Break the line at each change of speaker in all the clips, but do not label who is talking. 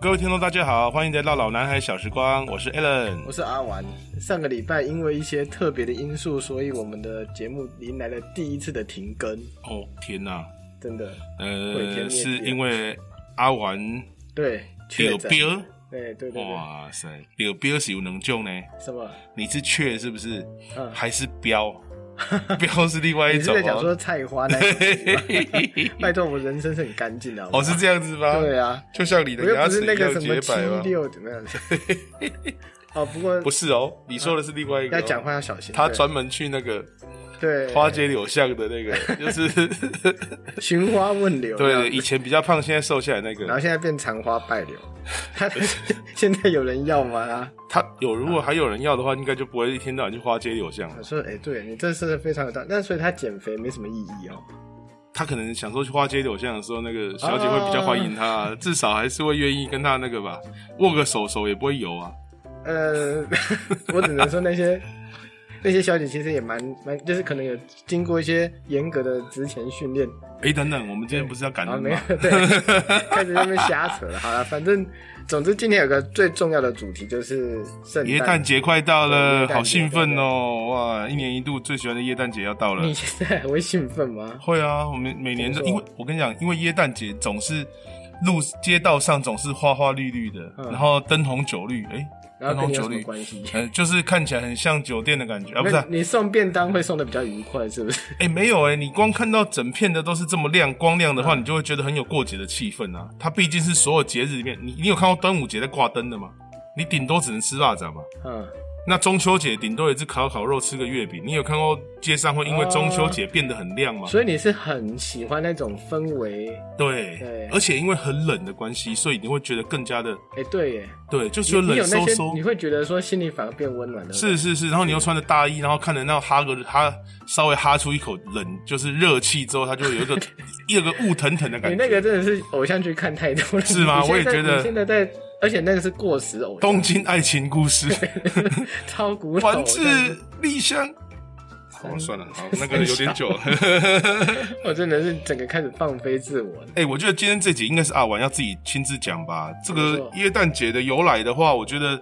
各位听众，大家好，欢迎来到《老男孩小时光》，我是 Alan。
我是阿玩。上个礼拜因为一些特别的因素，所以我们的节目迎来了第一次的停更，
哦，天哪，
真的，毁天灭
呃，
地
是因为阿丸
对，确
有
诊，
标，
对对对对，
哇塞，有标是有能救呢。
什么？
你是确是不是？
嗯
还是标？ 标是另外
你
一
是
种
在讲说
哦。
菜花那一集吗？拜托，我人生是很干净的，好不好
哦，是这样子吗？
对啊，
就像你
我
的
又
牙
不
齿
是那个什
一
么
样洁
七
白吗？
六怎么样？哦，不过
不是哦，你说的是另外一个、
要讲话，要小心。
他
对
专门去那个
对
花街柳巷的那个，就是
寻花问柳，这 样
对
子
以前比较胖，现在瘦下来那
然后
个，
现在变残花败柳，他 现在有人要吗？啊
他有如果还有人要的话，应该就不会一天到晚去花街柳巷
我
了。
说，哎、对你这是非常有道理，但所以他减肥没什么意义哦。
他可能想说去花街柳巷的时候，那个小姐会比较欢迎他、 至少还是会愿意跟他那个吧，握个手，手也不会油啊。
呃， 我只能说那些那些小姐其实也蛮蛮，就是可能有经过一些严格的职前训练，
哎、等等，我们今天不是要感
啊，
恩
没有
吗？，
对，开始在那边瞎扯了。好了，反正总之今天有个最重要的主题就是圣
耶
诞
诞。节快到了，
对耶诞节
好兴奋哦！哇，一年一度最喜欢的耶诞节要到了。
你现在还会兴奋吗？
会啊，我们每年都
怎么说
因为我跟你讲，因为耶诞节总是路街道上总是花花绿绿的，
嗯
然后灯红酒绿，哎、
然
灯
后
红
跟你有
酒
什么
绿，
关系？
呃，就是看起来很像酒店的感觉啊，不是、
那
啊，
你送便当会送的比较愉快，是不是？
哎、没有哎、你光看到整片的都是这么亮光亮的话，
嗯
你就会觉得很有过节的气氛啊。它毕竟是所有节日里面，你你有看到端午节在挂灯的吗？你顶多只能吃蚂蚱嘛。
嗯，
那中秋节顶多也是烤烤肉吃个月饼，你有看过街上会因为中秋节变得很亮吗？
所以你哦是很喜欢那种氛围。
对，
对
而且因为很冷的关系，所以你会觉得更加的
哎、对耶，
对，就是有
你你
冷
有
飕
那些，你
飕。
会觉得说心里反而变温暖的。
是是是，然后你又穿着大衣，然后看着那哈个哈稍微哈出一口冷，就是热气之后，它就有一 个有一个雾腾腾的感
你
觉。
那个真的是偶像剧看太多了，
是吗
你现
我也
在
觉得
你现在在，而且那个是过时偶像，
东京爱情故事，
超古老。
团治丽香。好，算了，好，那个有点久了。
我真的是整个开始放飞自我了。
哎、我觉得今天这集应该是阿玩要自己亲自讲吧。这
没
个
错
耶诞节的由来的话，我觉得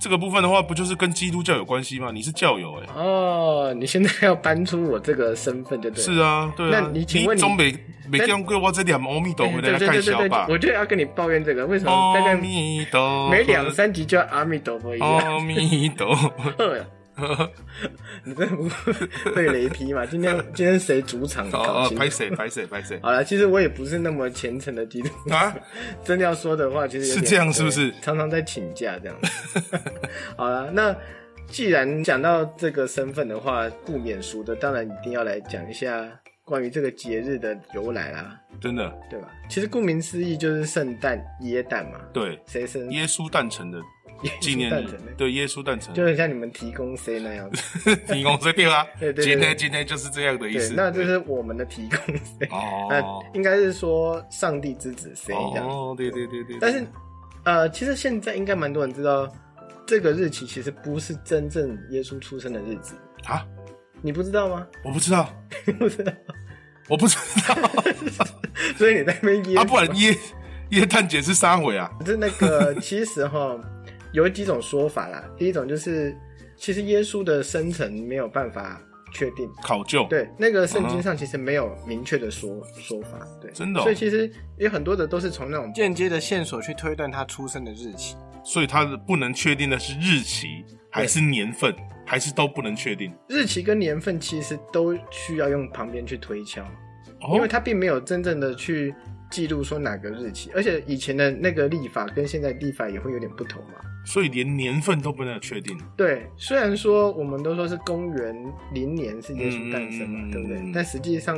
这个部分的话，不就是跟基督教有关系吗？你是教友哎、
哦，你现在要搬出我这个身份，就对了。
是啊，对啊。
那你请问你
中北没
那
见过我这点阿弥陀
哎
回
对
来
对
看
对
小
对
吧哦
对，？我就要跟你抱怨这个，为什么大
阿
概
弥陀，
每两三集就要阿弥陀佛一样？
阿弥陀，
饿了，你这不被雷劈嘛？今天今天谁主场？
哦
搞
哦，
清楚
拍谁拍谁拍谁
好了，其实我也不是那么虔诚的基督徒
啊？
真的要说的话，其实有点
是这样是不是
对常常在请假 这样。好了，那既然讲到这个身份的话，不免俗的，当然一定要来讲一下关于这个节日的由来啦，
真的
对吧？其实顾名思义就是圣诞、耶诞嘛，
对，
谁生
耶稣诞辰的纪念
耶稣诞
日
辰，
对耶稣诞辰，
就很像你们提供 C 那样子，
提供这对啊，
对对对
今天今天就是这样的意
对
思，，
那就是我们的提供 C，那
哦。
应该是说上帝之子 C 这样子。
哦，对对对对。
但是，呃，其实现在应该蛮多人知道，这个日期其实不是真正耶稣出生的日子，
啊，
你不知道吗？
我不知道，
不知道，
我不知 道
所以你在那边耶
啊，不然耶耶诞节是三回啊？
是那个，其实哈，有几种说法啦。第一种就是，其实耶稣的生辰没有办法确定。
考究，
对，那个圣经上其实没有明确的说说法，对，
真的哦
所以其实有很多的都是从那种间接的线索去推断他出生的日期。
所以它的不能确定的是日期还是年份，还是都不能确定。
日期跟年份其实都需要用旁边去推敲，因为
哦，
它并没有真正的去记录说哪个日期，而且以前的那个历法跟现在历法也会有点不同嘛。
所以连年份都不能确定。
对，虽然说我们都说是公元零年是耶稣诞生嘛，
嗯
对不
嗯
对？但实际上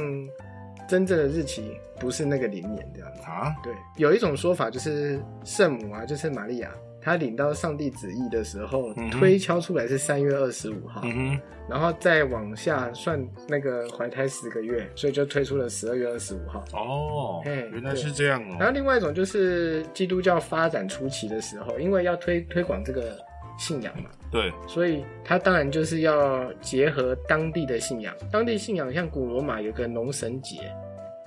真正的日期不是那个零年这样子。
啊，
对，有一种说法就是圣母啊，就是玛利亚，她领到上帝旨意的时候，
嗯哼
推敲出来是三月二十五号，
嗯
然后再往下算那个怀胎十个月，所以就推出了十二月二十五号。
哼，哦，
嘿啊
原来是这样
然
哦。
后另外一种就是基督教发展初期的时候，因为要推推广这个信仰嘛，
对，
所以它当然就是要结合当地的信仰。当地信仰像古罗马有个农神节，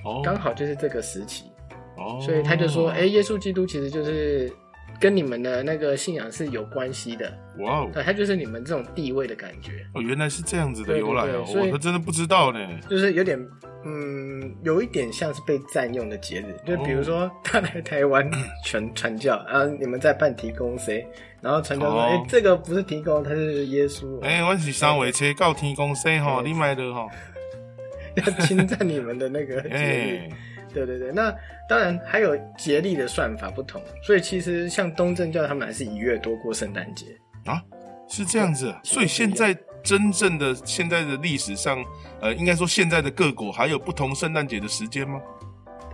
哦，
刚好就是这个时期，
哦，
所以他就说，哎，耶稣基督其实就是跟你们的那个信仰是有关系的，
哇哦，
对，它就是你们这种地位的感觉，
哦，原来是这样子的
对对
由来
对
哦，
所以
我还真的不知道呢。
就是有点，嗯，有一点像是被占用的节日，就
哦
比如说他来台 湾传传教，然后你们在办提供谁，然后传教说，
哦
哎、这个不是提供，他是耶稣，
哎、我是三维车到天公司吼，
对
你买的吼，
要侵占你们的 那个
哎、
节日。对对对，那当然还有节历的算法不同，所以其实像东正教他们还是一月多过圣诞节。
啊，是这样子啊、所以现在真正的现在的历史上，呃，应该说现在的各国还有不同圣诞节的时间吗？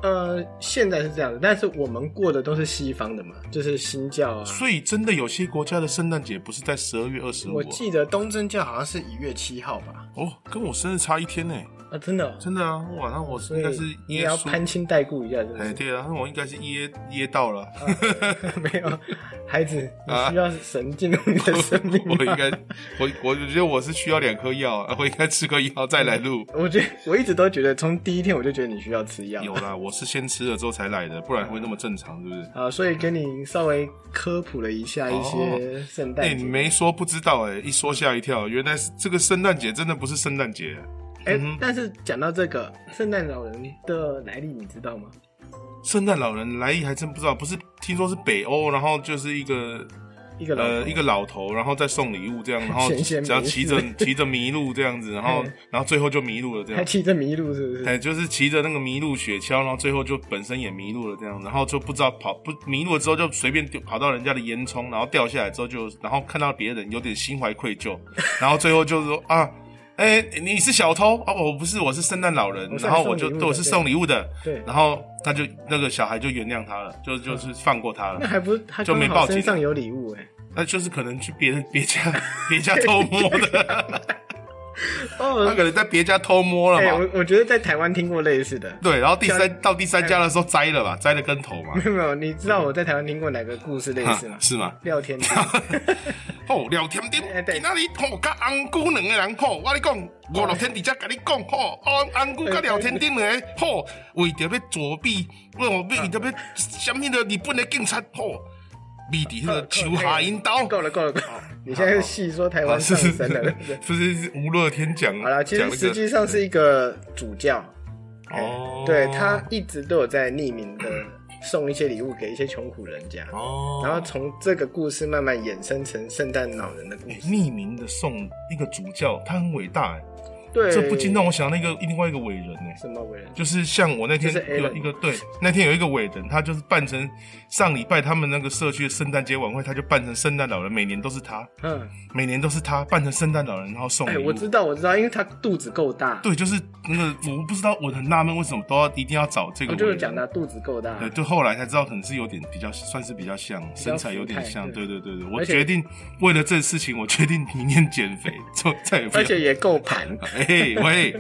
呃，现在是这样的，但是我们过的都是西方的嘛，就是新教啊。
所以真的有些国家的圣诞节不是在十二月二十五
我记得东正教好像是一月七号吧？
哦，跟我生日差一天呢、
啊，真的、哦，
真的啊，哇，那我
所
应该
以
是
你也
耶
要
稣
攀，亲带故一下，是不
哎、
是？
对啊，那我应该是耶耶到了，
没有，孩子，你
啊
需要神进入你的生命 啊
我应
吗。
该，我我觉得我是需要两颗药啊，我应该吃个药再来录。
我觉得我一直都觉得，从第一天我就觉得你需要吃药。
有啦，我是先吃了之后才来的，不然会那么正常，是不是？
啊，所以跟你稍微科普了一下一些圣
哎、
诞
你
节。
没说不知道、哎，一说吓一跳，原来是这个圣诞节真的不是圣诞节，
哎、
嗯
但是讲到这个圣诞老人的来历，你知道吗？
圣诞老人来意还真不知道，不是听说是北欧，然后就是一个
一个老头、
呃一个老头，然后再送礼物这样，然 后
闲闲没
只要骑着
事
骑着麋鹿这样子，然后
嗯
然后最后就迷路了这
还
样。
骑着麋鹿，是不是？
哎，就是骑着那个麋鹿雪橇，然后最后就本身也迷路了，这样，然后就不知道跑不迷路了之后就随便丢跑到人家的烟囱，然后掉下来之后就，然后看到别人有点心怀愧 疚，然后最后就是说啊，哎、你是小偷哦，我不是，我是圣诞老人，
我是
然
来
后我
送
就
礼物
对
的
我是送礼物的，
对
然后他就那个小孩就原谅他了，就就是放过他了
那，还不是他
就
刚
没
好
报警
身上有礼物哎、
那就是可能去别人别家别家偷摸 的，他
哦，
可能在别家偷摸了
哎、
嘛。
我我哎觉得在台湾听过类似的。
对，然后第三到第三家的时候栽了吧，栽了跟头嘛
没，有没有，你知道我在台湾听过哪个故事类似吗
哈？是吗？
廖天丁，
吼，聊天顶
哎，对
今仔日吼，甲红姑两个人吼，我跟你讲，五六天伫遮甲你讲吼，红红姑甲聊天顶两个吼，为着要作弊，为为着要什么的日本的警察吼，秘伫迄个手下引导，
够了够了够了，你现在是细说台湾
是
上
是
升了。
是
对不对，
是是是吴乐天讲
好了，其
讲
实
那
实
个
际上是一个主教，哎
哦，
对他一直都有在匿名的送一些礼物给一些穷苦人家。
哦，
然后从这个故事慢慢衍生成圣诞老人的故
哎
事。
匿名的送一个主教，他很伟大哎，
对，
这不禁让我想到一个另外一个伟人哎。
什么为人？
就是像我那天
就是 Alan
有一个对，那天有一个伟人，他就是扮成上礼拜他们那个社区的圣诞节晚会，他就扮成圣诞老人，每年都是他，
嗯，
每年都是他扮成圣诞老人，然后送
哎、
礼物。
我知道，我知道，因为他肚子够大。，
对，就是那个我不知道，我很纳闷为什么都要一定要找这个
我
伟
就是
人。
讲他肚子够大
对，。就后来才知道，可能是有点比较，算是比较像，身材有点像。
福态
对对对对，我
而且
决定为了这事情，我决定明年减肥，就再也不要
而。且也够盘，
哎、喂，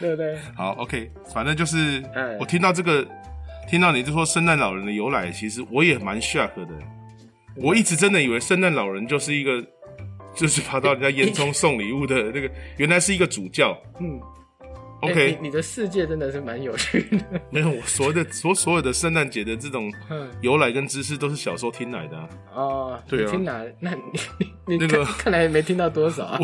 对不对？
好，OK，反正就是
哎
我听到这个，听到你就说圣诞老人的由来，其实我也蛮 shock 的。我一直真的以为圣诞老人就是一个， 就是爬到人家烟囱送礼物的那个，原来是一个主教。
嗯哎
OK，、
你你的世界真的是蛮有趣的。
没有我所有的所所有的圣诞节的这种
嗯
由来跟知识都是小时候听来的、啊，
哦，
对啊
你听哪？那你你
那
你
个
看看来没听到多少啊？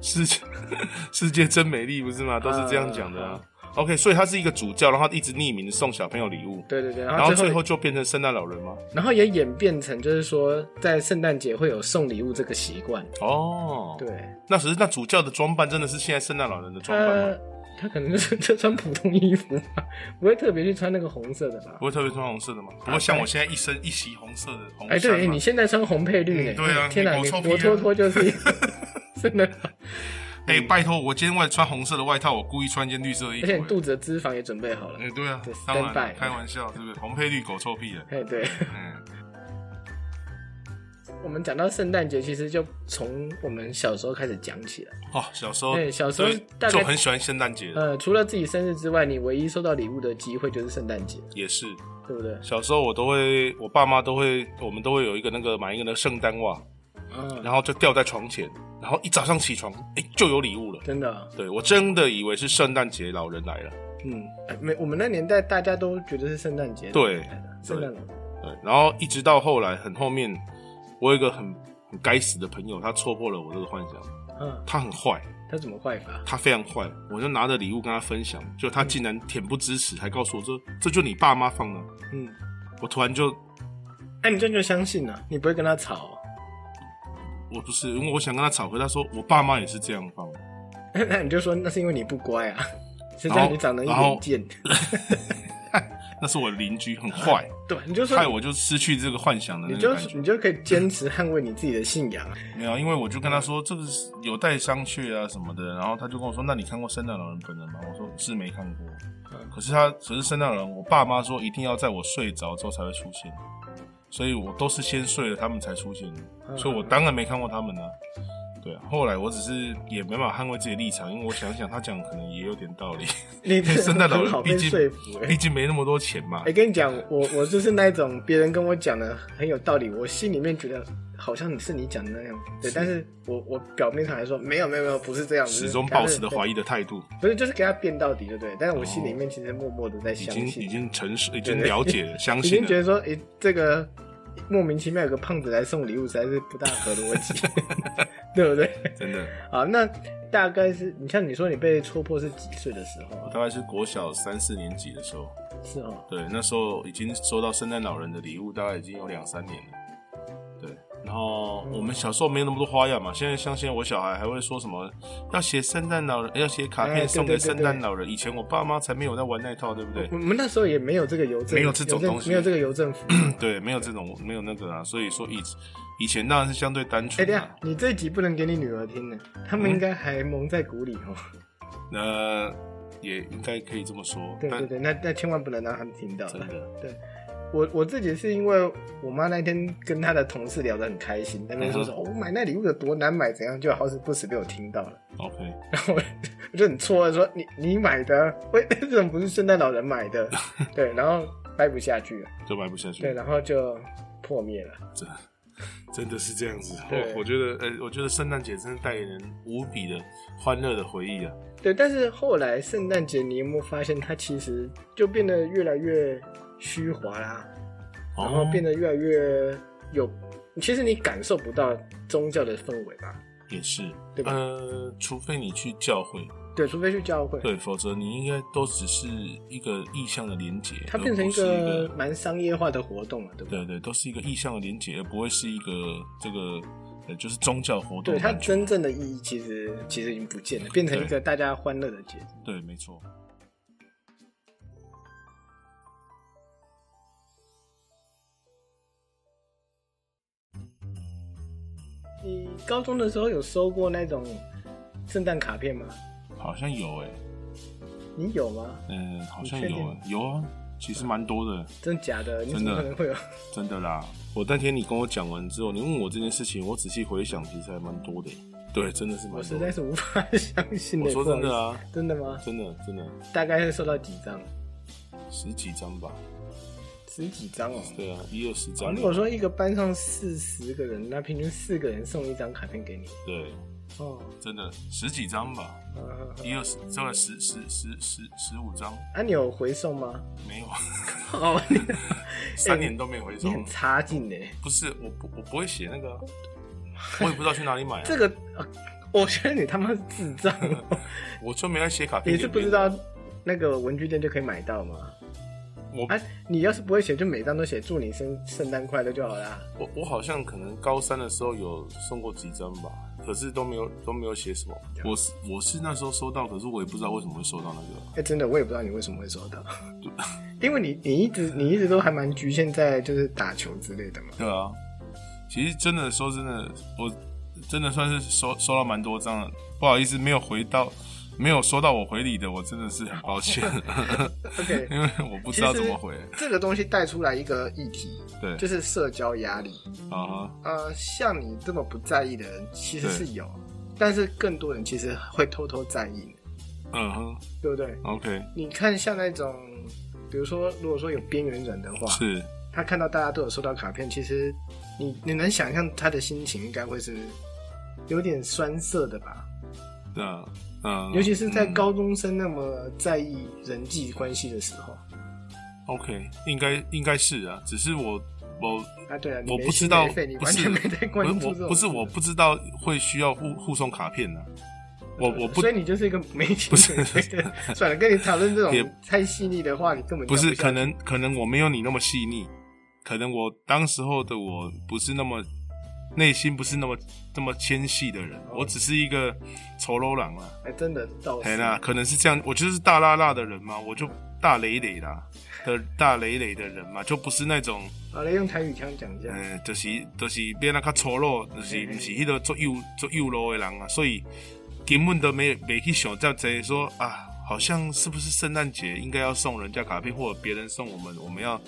世界 世界真美丽不是吗？都是这样讲的、啊。OK，所以他是一个主教，然后一直匿名送小朋友礼物，
对对对，然
然后
后
最
最
后
后，
就变成圣诞老人吗？
然后也演变成就是说，在圣诞节会有送礼物这个习惯。
哦，
对，
那只是那主教的装扮真的是现在圣诞老人的装扮
他
吗？
他可能就是就穿普通衣服吧，不会特别去穿那个红色的吧
不？会特别穿红色的吗？不会像我现在一身一袭红色的红
哎，
衫吗啊
对，你现在穿红配绿呢、
嗯对啊
天哪，
美国
你
臭屁啊
活脱脱就是一个真的，而
哎，拜托，我今天外穿红色的外套，我故意穿件绿色的衣服。
且你
哎
肚子的脂肪也准备好了。
哎，对啊
对，
当然
standby
开玩笑，对不对？红配绿，狗臭屁 的。
哎，对，
嗯，
我们讲到圣诞节，其实就从我们小时候开始讲起来。
哦，小时候
对小时候
对
大概
就很喜欢圣诞节，
呃，除了自己生日之外，你唯一收到礼物的机会就是圣诞节，
也是
对不对？
小时候我都会，我爸妈都会，我们都会有一个那个买一个那个圣诞袜，
嗯，
然后就吊在床前，然后一早上起床，哎，就有礼物了。
真的啊，
对我真的以为是圣诞节老人来了。
嗯，哎没，我们那年代大家都觉得是圣诞节。
对
圣诞老人
对，嗯然后一直到后来很后面，我有一个很很该死的朋友，他戳破了我这个幻想，
嗯，
他很坏，
他怎么坏法？
他非常坏，我就拿着礼物跟他分享，就他竟然恬不知耻，还告诉我说这就你爸妈放的，
嗯，
我突然就
哎、你这样就相信了、你不会跟他吵、哦
我不是，因为我想跟他吵，可是他说我爸妈也是这样放的，
那你就说那是因为你不乖啊，谁
然
叫
后
你长得一
然后
脸贱？
那是我的邻居，很 坏，
对，你就说
害我就失去这个幻想的那
你
个
就
感觉。
你就可以坚持捍卫你自己的信仰。
没有，因为我就跟他说这个是有待商榷啊什么的，然后他就跟我说，那你看过《圣诞老人》本人吗？我说是没看过，
嗯
可是他可是《圣诞老人》，我爸妈说一定要在我睡着之后才会出现，所以我都是先睡了，他们才出现的，
嗯
所以我当然没看过他们啊。对啊，后来我只是也没办法捍卫自己的立场，因为我想想他讲可能也有点道 理，
你这
圣诞老
很好
人
被
毕竟
说服、欸
毕。竟没那么多钱嘛
哎、。跟你讲，我我就是那一种别人跟我讲的很有道理，我心里面觉得好像是你讲的那样，对，但是我我表面上来说没有没有没有，不是这样，
始终保持着怀
疑，
疑的态度，
不是就是给他辩到底，对不对？但是我心里面其实默默的在
已
相
经
信，
已经诚实，已经了解 了，相
已
信
经觉
了。
得说，诶、这个莫名其妙有个胖子来送礼物，实在是不大合逻 辑，对不对？
真的，
好，那大概是你像你说你被戳破是几岁的时候
我
啊？
大概是国小三四年级的时候，
是哦，
对，那时候已经收到圣诞老人的礼物，大概已经有两三年了。对，然后
嗯
我们小时候没有那么多花样嘛，现在像现在我小孩还会说什么要写圣诞老人，要写卡
哎对
片送
对
给
对
圣
对
诞老人。以前我爸妈才没有在玩那一套，对不对
我？们那时候也没有这个邮政，
没有这种
邮政
东西
没有这个邮政服务。
对，没有这种，没有那个啊，所以说以以前当然是相对单
哎、
纯、
等一
啊
下。，你这一集不能给你女儿听呢，他们应该还蒙在鼓里哦。
那、也应该可以这么说，
对
但
对对，那那千万不能让他们听到
嗯真
了。
的，
我我自己是因为我妈那天跟她的同事聊得很开心，那边说说、
嗯
哦，我买那礼物有多难买，怎样，就好死不死被我听到了，
OK，
然后我我就很错愕说你你买的，为为什么不是圣诞老人买 的？对，然后掰不下去了，
就买不下去。
对，然后就破灭了。
真真的是这样子。
对
我我觉得，呃、我觉得圣诞节真是带给人无比的欢乐的回忆啊。
对，但是后来圣诞节，你有没有发现它其实就变得越来越虚华啦，然后变
得
得越来越有，其实你感受不到宗教的氛围吧？
也是，
对吧
呃，除非你去教会，
对，除非去教会，
对，否则你应该都只是一个意向的连接，
它变成
而
一
不是一
个蛮商业化的活动了，对不对？
对对，都是一个意向的连接，而不会是一个这个呃，就是宗教活动
对，
的
它
感觉。
真正的意义其实其实已经不见了，变成一个大家欢乐的节日。
对，没错。
你高中的时候有收过那种圣诞卡片吗？
好像有诶、
你有吗？
嗯、好像
你确
有、
定
欸，有啊，其实蛮多的。
真假的？你怎
真的
么可 能会有？
真的啦，我那天你跟我讲完之后，你问我这件事情，我仔细回想，其实还蛮多的。对，真的是蛮多
我实在
的。
是无法 相信
我
的。
说
不好
真的啊
意思，真的吗？
真的真的
大概会收到几张？
十几张吧，
十几张哦。
对啊，也有十张。
如果说一个班上四十个人，那平均四个人送一张卡片给你。
对，
哦，
真的十几张吧，
嗯嗯嗯
也有十，大概十十十十十五张，
啊，你有回送吗？
没有，
哦， 你
三年都没回
你
收。
很差劲呢。
不是，我不我不会写那个 啊，我也不知道去哪里买、啊
这，个，呃我觉得你他妈是智障 哦，
我就没在写卡片。
你是不知，道那个文具店就可以买到吗？
我
啊，你要是不会写，就每张都写祝你生圣诞快乐就好啦。
我我好像可能高三的时候有送过几张吧，可是都没有都没有写什么。我是我是那时候收到，可是我也不知道为什么会收到那个。
哎、真的，我也不知道你为什么会收 到，因为你你一直你一直都还蛮局限在就是打球之类 的嘛。
对啊，其实真的说真的，我真的算是收收到蛮多张了。不好意思，没有回到，没有收到我回礼的，我真的是很抱 歉，
OK，
因为我不知道怎么回。
这个东西带出来一个议题，
对啊
就是社交压力。
哈，
呃，像你这么不在意的人，其实
对
是有，但是更多人其实会偷偷在意，
嗯哼
对不对？
，OK，
你看，像那种，比如说，如果说有边缘人的话，
是
他看到大家都有收到卡片，其实你你能想象他的心情应该会是有点酸涩的吧？
嗯嗯，
尤其是在
嗯
高中生那么在意人际关系的时候，
嗯 OK，应该应该是啊，只是我我
啊，对啊，你
我
没
不
心
知道
没肺你
不
完
是
全没在关
我
注这种
我不是
事
我不知道会需要互互送卡片呢、我我不
所以你就是一个没心
不是
没肺的。 算了，跟你讨论这
也
种太细腻的话，你根本
不
讲
是，
下
可
去
能可能我没有你那么细腻，可能我当时候的我不是那么内心不是那么那么纤细的人，我只是一个丑陋狼啊，
哎，真的倒
哎
哦是
啦，可能是这样，我就是大辣辣的人嘛，我就大累累啦的大累累的人嘛，就不是那种
好了，用台语腔讲一下。
嗯，就是就是变那较粗鲁，就是
嘿嘿
毋是迄个做幼做幼路的人啊，所以根本都没没去想这这说啊，好像是不是圣诞节应该要送人家卡片，或者别人送我们，我们要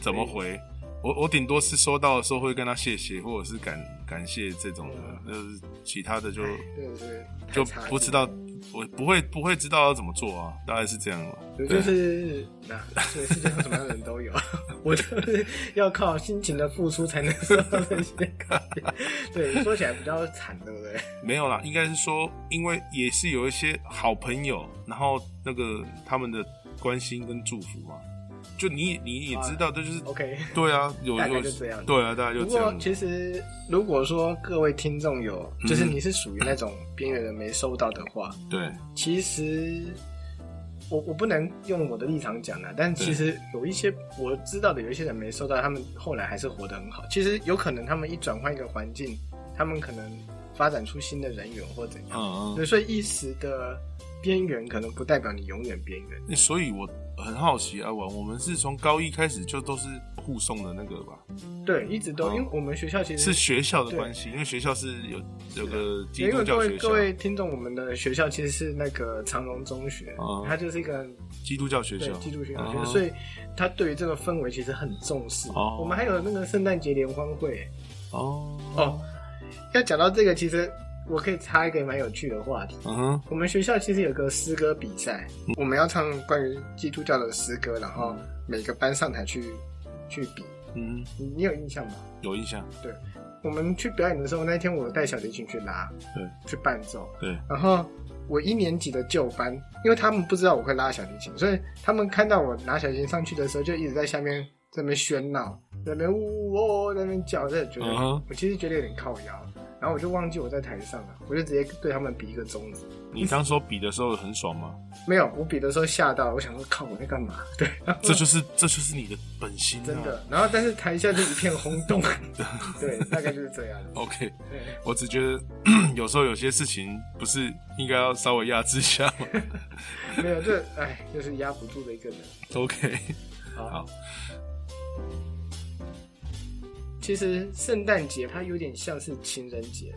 怎么回？我我顶多是收到的时候会跟他谢谢，或者是感感谢这种的，就是其他的就
对对，
就
哎太差劲
不知道，我不会不会知道要怎么做啊，大概是这样吧。
我就是那、这世界上什么样的人都有， 我就是要靠辛勤的付出才能收到这些卡片。对，说起来比较惨，对不对？
没有啦，应该是说，因为也是有一些好朋友，然后那个他们的关心跟祝福嘛，就你你也知道，这就是、
OK
对啊，有
啊哦大概
有
就这样
对啊，大概就
不
这
过
样。
其实如果说各位听众有，
嗯
就是你是属于那种边缘人没收到的话，
对，
其实我我不能用我的立场讲啦，但其实有一些我知道的有一些人没收到，他们后来还是活得很好。其实有可能他们一转换一个环境，他们可能发展出新的人员或怎样。
嗯
对，所以一时的边缘可能不代表你永远边缘。
嗯，所以我很好奇啊，我我们是从高一开始就都是互送的那个吧？
对，一直都，
哦
因为我们学校其实
是学校的
对啊
关系，因为学校是有有个
因
基督
为各
教
位
学校
各，位听众，我们的学校其实是那个长隆中学，
哦
它就是一个
基督教学
对
校，
基督学
嗯
校，所以它对于这个氛围其实很重视。
哦
我们还有那个圣诞节联欢会
哦
哦。要讲到这个，其实我可以插一个蛮有趣的话题。
嗯哼
我们学校其实有个诗歌比赛，
嗯
我们要唱关于基督教的诗歌，然后每个班上台去去比。
嗯，
你你有印象吗？
有印象，
我们去表演的时候，那一天我带小提琴去拉，
对，
去伴奏。
对，
然后我一年级的旧班，因为他们不知道我会拉小提琴，所以他们看到我拿小提琴上去的时候，就一直在下面在那边喧闹，在那边呜呜哦哦，在那边叫，在觉得、
嗯哼
我其实觉得有点靠腰。然后我就忘记我在台上了，我就直接对他们比一个中指。
你当时候比的时候很爽吗？
没有，我比的时候吓到了，我想说靠我在干嘛？ 对，然后
这就是这就是你的本心啊！
嗯真的。然后但是台下就一片轰 动，对，大概就是这样。
OK，
对。
我只觉得 有时候有些事情不是应该要稍微压制一下 吗
没有，这哎，就是压不住的一个人。
？OK，
好
好
其实圣诞节它有点像是情人节，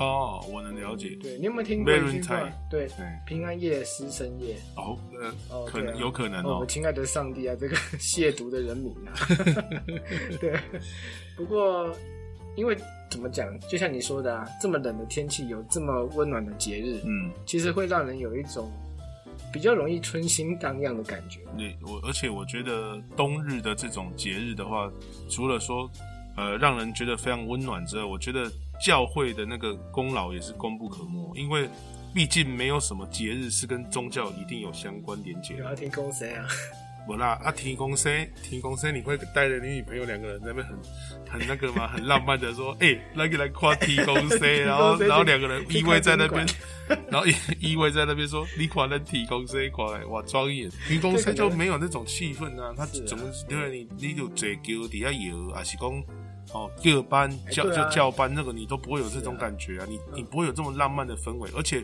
哦，我能了解。
对你有没有听过一句话
Valentine？
对，
对，
平安夜、师生夜，
哦，呃，
哦
可
对
能
啊
有可能
哦，我
哦，
亲爱的上帝啊，这个 亵渎的人民 啊，对。不过，因为怎么讲，就像你说的啊，这么冷的天气，有这么温暖的节日，
嗯，
其实会让人有一种比较容易春心荡漾的感觉。
你我而且我觉得冬日的这种节日的话，除了说呃让人觉得非常温暖之外，我觉得教会的那个功劳也是功不可没，因为毕竟没有什么节日是跟宗教一定有相关连结
你
的。
要听公谁啊？
我啦啊，提公司，提公司，你会带着你女朋友两个人在那边很很那个吗？ 很浪漫的说，哎、来给来夸提公司， 然后然后两个人依偎在那边， 然后依依偎在那边说，你夸人提公司，夸来哇庄严，提公司就没有那种气氛啊，他
是啊
怎么对你你就嘴叫底下摇，还是讲哦各班
哎
教
对啊
就教班那个你都不会有这种感觉啊，你你不会有这么浪漫的氛围，而且。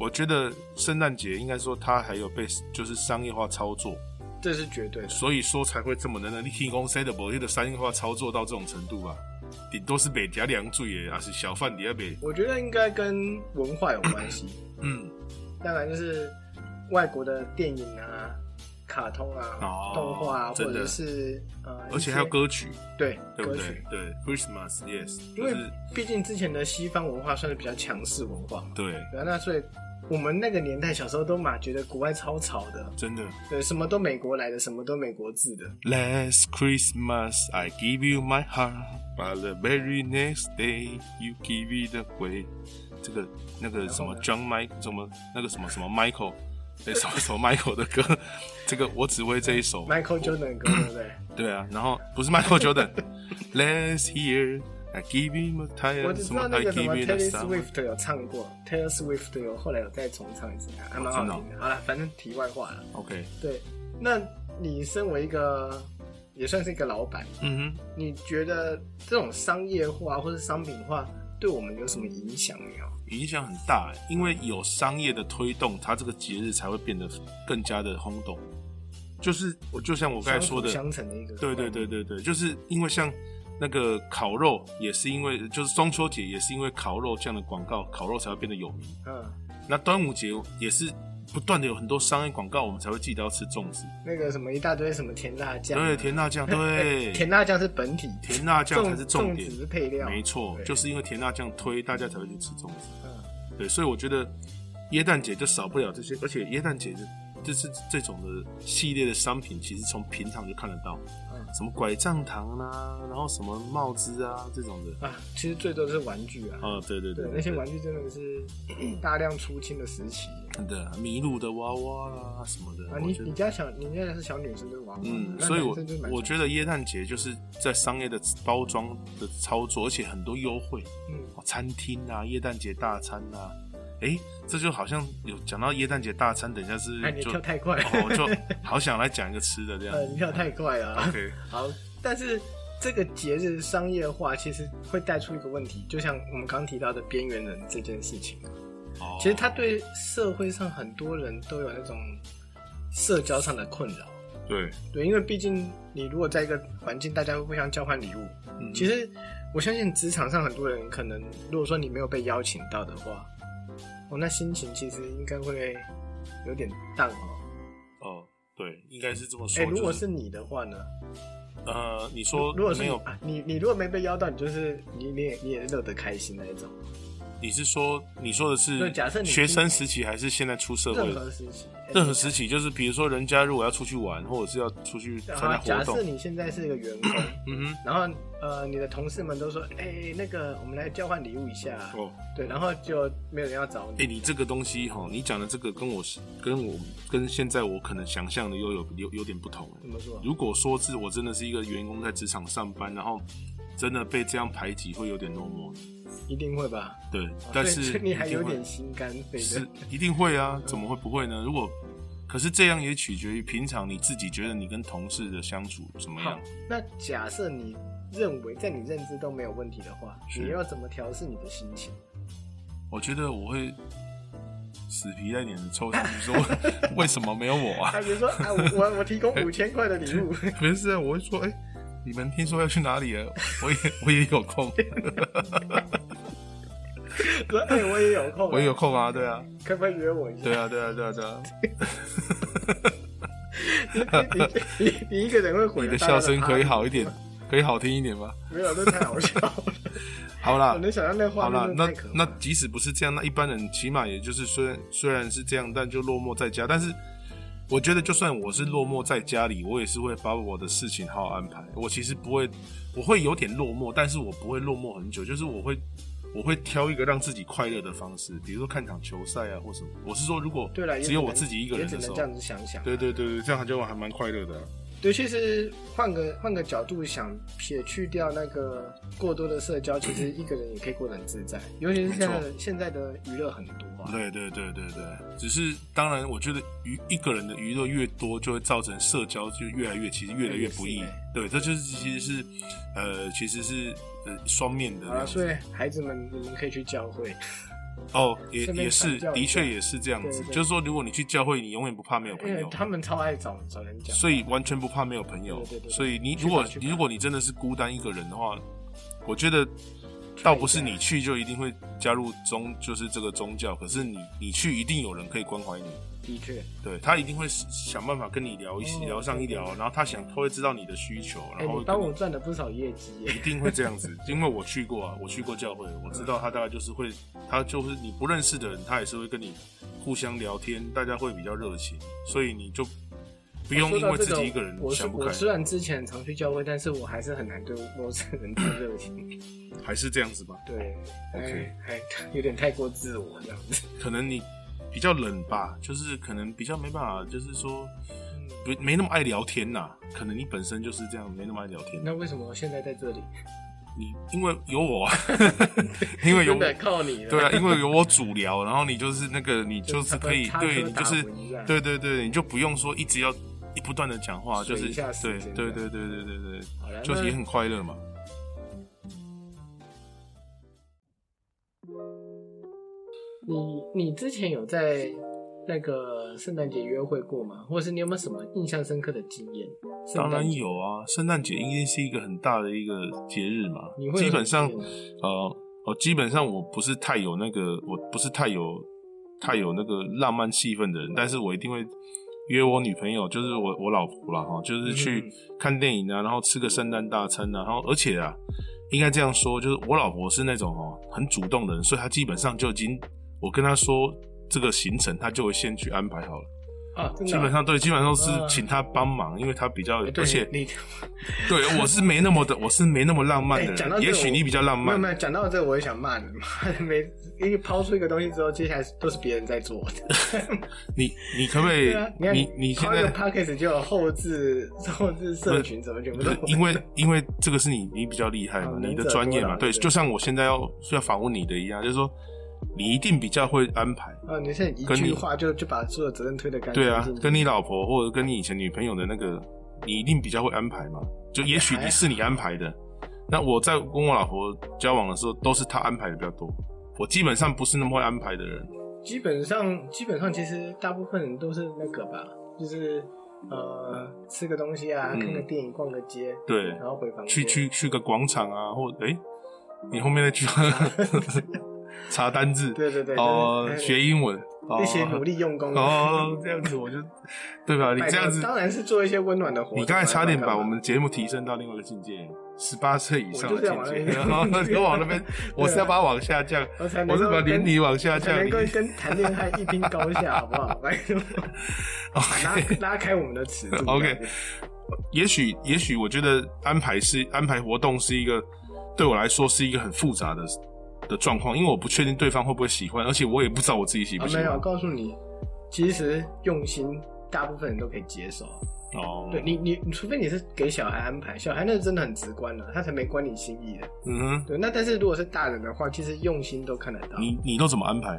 我觉得圣诞节应该说它还有被就是商业化操作，
这是绝对的。
所以说才会这么的能力提供 C 的某些的商业化操作到这种程度吧，顶多是北加良注也，啊还是小贩底下北，
我觉得应该跟文化有关 系，
嗯，
当然就是外国的电影啊、卡通啊、
哦
动画啊，或
真的
者是呃，
而且还有
一些
歌曲，
对
对不
歌
对
曲，？
对，Christmas yes，
因
就
为
是
毕竟之前的西方文化算是比较强势文化嘛，
对，
对啊，那所以我们那个年代小时候都嘛觉得国外超吵的，
真的。
对，什么都美国来的，什么都美国制的，
Last Christmas I give you my heart, but the very next day you give it away。这个那个什么
然后呢
John Mike 什么那个什么什么 Michael 对什么什么 Michael 的歌，这个我只会这一首。
Michael Jordan 的歌，对不对？
对啊，然后不是 Michael Jordan，Last year I give him a time，
我只知道
嗯么
那
I
个什
give
么
him the
Taylor
summer
Swift 有唱过，Taylor Swift 有后来有再重唱一次，还蛮好
哦
听的。好了，反正题外话了。
OK，
对，那你身为一个也算是一个老板，
嗯
你觉得这种商业化或者商品化对我们有什么影响没有？
哼，影响很大，欸因为有商业的推动，它这个节日才会变得更加的轰动。就是我就像我刚才说的，
相辅相成的一个，
对对对对对，就是因为像那个烤肉，也是因为就是中秋节，也是因为烤肉这样的广告，烤肉才会变得有名。
嗯，
那端午节也是不断的有很多商业广告，我们才会记得要吃粽子，
那个什么一大堆什么甜辣酱啊，
对，甜辣酱， 对，
甜辣酱是本体，
甜辣酱才是重
粽
点
粽子是配料，
没错，
对
就是因为甜辣酱推，大家才会去吃粽子。
嗯，
对，所以我觉得椰蛋节就少不了这些，而且椰蛋节的就是这种的系列的商品，其实从平常就看得到，
嗯
什么拐杖糖啊，然后什么帽子啊这种的。
啊，其实最多是玩具啊，
哦，对对
对，那些玩具真的是大量出清的时期
真的麋鹿的娃娃啦什么的，
啊。
我
你
觉
你
得。
家小，你家是小女生就玩玩的，
嗯，
那
所以
男
我
生就蛮
我觉得耶诞节就是在商业的包装的操作，而且很多优惠，
嗯
哦餐厅啊，耶诞节大餐啊，诶，这就好像有讲到耶诞节大餐，等一下是
哎，你
就
跳太快，
哦，我就好想来讲一个吃的这样
呃，。你跳太快了啊。
OK，
好，但是这个节日商业化其实会带出一个问题，就像我们刚提到的边缘人这件事情，
哦
其实他对社会上很多人都有那种社交上的困扰。
对，
对，因为毕竟你如果在一个环境，大家会互相交换礼物。
嗯
其实我相信职场上很多人可能，如果说你没有被邀请到的话，哦，那心情其实应该会有点荡哦。
哦，对，应该是这么说。
哎、如果
就是
你的话呢？
呃，你说
如果是
没
你
有，
啊你，你如果没被邀到，你就是你你也你也乐得开心那一种。
你是说你说的是
对假设你
学生时期还是现在出社会
任
的
何时期，哎
任何时期，就是比如说人家如果要出去玩，或者是要出去参
然
加活
后假设
动，
你现在是一个员工，
嗯
然后呃，你的同事们都说，哎、那个我们来交换礼物一下啊、
哼，哦，
对，然后就没有人要找
哎、
你。
你这个东西哈，你讲的这个跟我跟我跟现在我可能想象的又有有有点不同。
怎么说？
如果说是我真的是一个员工在职场上班，然后真的被这样排挤，会有点落寞。
一定会吧？
对，
啊
但
所以所
是
以你还
一定
有
会
点心肝肺
是
的。
一定会啊，怎么会不会呢？如果可是这样也取决于平常你自己觉得你跟同事的相处怎么
好
样。，
那假设你认为在你认知都没有问题的话，
是
你要怎么调试你的心情？
我觉得我会死皮赖脸的凑上 去说为为什么没有我啊
啊，？比如说啊，我我我提供五千块的礼物，
没事啊，我会说，哎、你们听说要去哪里了？我也我也有 空，
啊说哎，我也有空啊，
我也有空啊，对啊，
可不可以约我一下？
对啊，对啊，对啊，对啊。
你你你一个人会毁
你
了
的
大家
笑声可以
趴
好一点，可以好听一点吗？
没有，那太好笑了。
好啦
我，能想象那画
好啦
面，真
那
的太可怕
那
了，
即使不是这样，那一般人起码也就是虽然虽然是这样，但就落寞在家。但是我觉得，就算我是落寞在家里，我也是会把我的事情好好安排。我其实不会，我会有点落寞，但是我不会落寞很久，就是我会。我会挑一个让自己快乐的方式，比如说看场球赛啊，或什么。我是说，如果
对了，也
只有
能
我自己一个人
也只
的时候
能这，样子想想。
对对对对，这样就还蛮快乐的啊、
对，其实换个换个角度想，撇去掉那个过多的社交，其实一个人也可以过得很自在。尤其是现在的现在的娱乐很多啊，
对对对对对，只是当然，我觉得娱一个人的娱乐越多，就会造成社交就越来越，其实越来越不易
也是欸。
对，这就是其实是，呃，其实是呃双面的
好
这
啦
样
啊所
子。
以孩子们你们可以去教会，
哦，也
顺便
也是
传，教一
的
下
确也是这样子
对。对
就是说，如果你去教会，你永远不怕没有朋
因为
友，
他们超爱找找人讲。
所以完全不怕没有朋友
对对对。对
所以你
去
如果
吧去吧
你如果你真的是孤单一个人的话，我觉得倒不是你去就一定会加入宗，就是这个宗教，可是你你去一定有人可以关怀你。
的确，
对他一定会想办法跟你聊一起、
哦
聊上一
对
聊，
对
然后他想他会知道你的需求，然后
哎、你
会跟
帮
你
我赚了不少业绩耶
一。定会这样 子，因为我去过啊，我去过教会，我知道他大概就是会，他就是你不认识的人，他也是会跟你互相聊天，大家会比较热情，所以你就不用
说
因
到
为
这
自
个
己一个人
我是
想不
我
开，
虽然之前常去教会，但是我还是很难对陌生人太热情。
还是这样子吧。
对
OK
还还有点太过自我这样子。
可能你比较冷吧，就是可能比较没办法，就是说
嗯
不没那么爱聊天呐、可能你本身就是这样，没那么爱聊天。
那为什么现在在这里？
你因为有我、 啊， 因为有
真
我
的靠你了。
对啊，因为有我主聊，然后你就是那个，你就是可以，
插科
对你
打
就是
诨一下
对对对，你就不用说一直要一不断的讲话，就
水
是
一下时
对
间
对
这
对对对对对，
好了，
就是
那
也很快乐嘛。
你你之前有在那个圣诞节约会过吗？或者是你有没有什么印象深刻的经验？圣
当
诞
然
节，
有啊，圣诞节因为是一个很大的一个节日嘛
你，会
基
有
本上
经验吗
呃，哦，基本上我不是太有那个，我不是太有太有那个浪漫气氛的人，但是我一定会约我女朋友，就是我我老婆啦，哈，就是
嗯
去看电影啊，然后吃个圣诞大餐啊，然后而且啊，应该这样说，就是我老婆是那种哦很主动的人，所以她基本上就已经我跟她说这个行程，她就会先去安排好了，
啊，真的啊
基本上对，基本上都是
嗯
请她帮忙，因为她比较，
哎对
而且
你
对我是没那么的，我是没那么浪漫的
哎讲到
人，
这个
也许你比较浪
没有
漫
没。有讲到这，我也想骂你， 妈的，每一抛出一个东西之后，接下来都是别人在做的。
你你可不可以
对 啊，你？看
你你现
抛一个
在
podcast 就有后置 后置社群，怎么全部
不
都
是 因为因为这个是你你比较厉害嘛
啊，
你
能
的
者
专业
多
嘛，
劳
对，
对
就像我现在要要访问你的一样，就是说你一定比较会安排，
啊，你现在一
跟你
句话就就把所有责任推得干干
对啊
净，净
跟你老婆或者跟你以前女朋友的那个，你一定比较会安排嘛，就也许
还
你是你安排的，那我在跟我老婆交往的时候，都是她安排的比较多，我基本上不是那么会安排的人，
基本上，基本上其实大部分人都是那个吧，就是呃吃个东西啊，
嗯
看个电影，逛个街，
对，
然后回房间
去。去去个广场啊，或诶，你后面那句话 查单字，
对对对，
哦
就，是
学英文，哦
一些努力用功的
哦，这样子我就对吧？你
拜托
这样子，
当然是做一些温暖的活动。啊
你刚才差点把我
干嘛
们节目提升到另外一个境界，十八岁以上
我就
的
是要往
境界，
那边
然后你 就往那 边，我是要把它往下降，
我才能
我是
够
把年
跟
底往下
才
降，
能
你
够跟谈恋爱一拼高下，好不 好？拜托，拉
OK。
拉开我们的尺度。
OK 也许，也许我觉得安排是安排活动是一个对我来说是一个很复杂的的状况，因为我不确定对方会不会喜欢，而且我也不知道我自己喜
啊
不，喜
没
欢。
有，告诉你，其实用心，大部分人都可以接受。
哦，
对，你，你除非你是给小孩安排，小孩那真的很直观了、他才没管你心意的。
嗯哼，
对，那但是如果是大人的话，其实用心都看得到，
你你都怎么安排？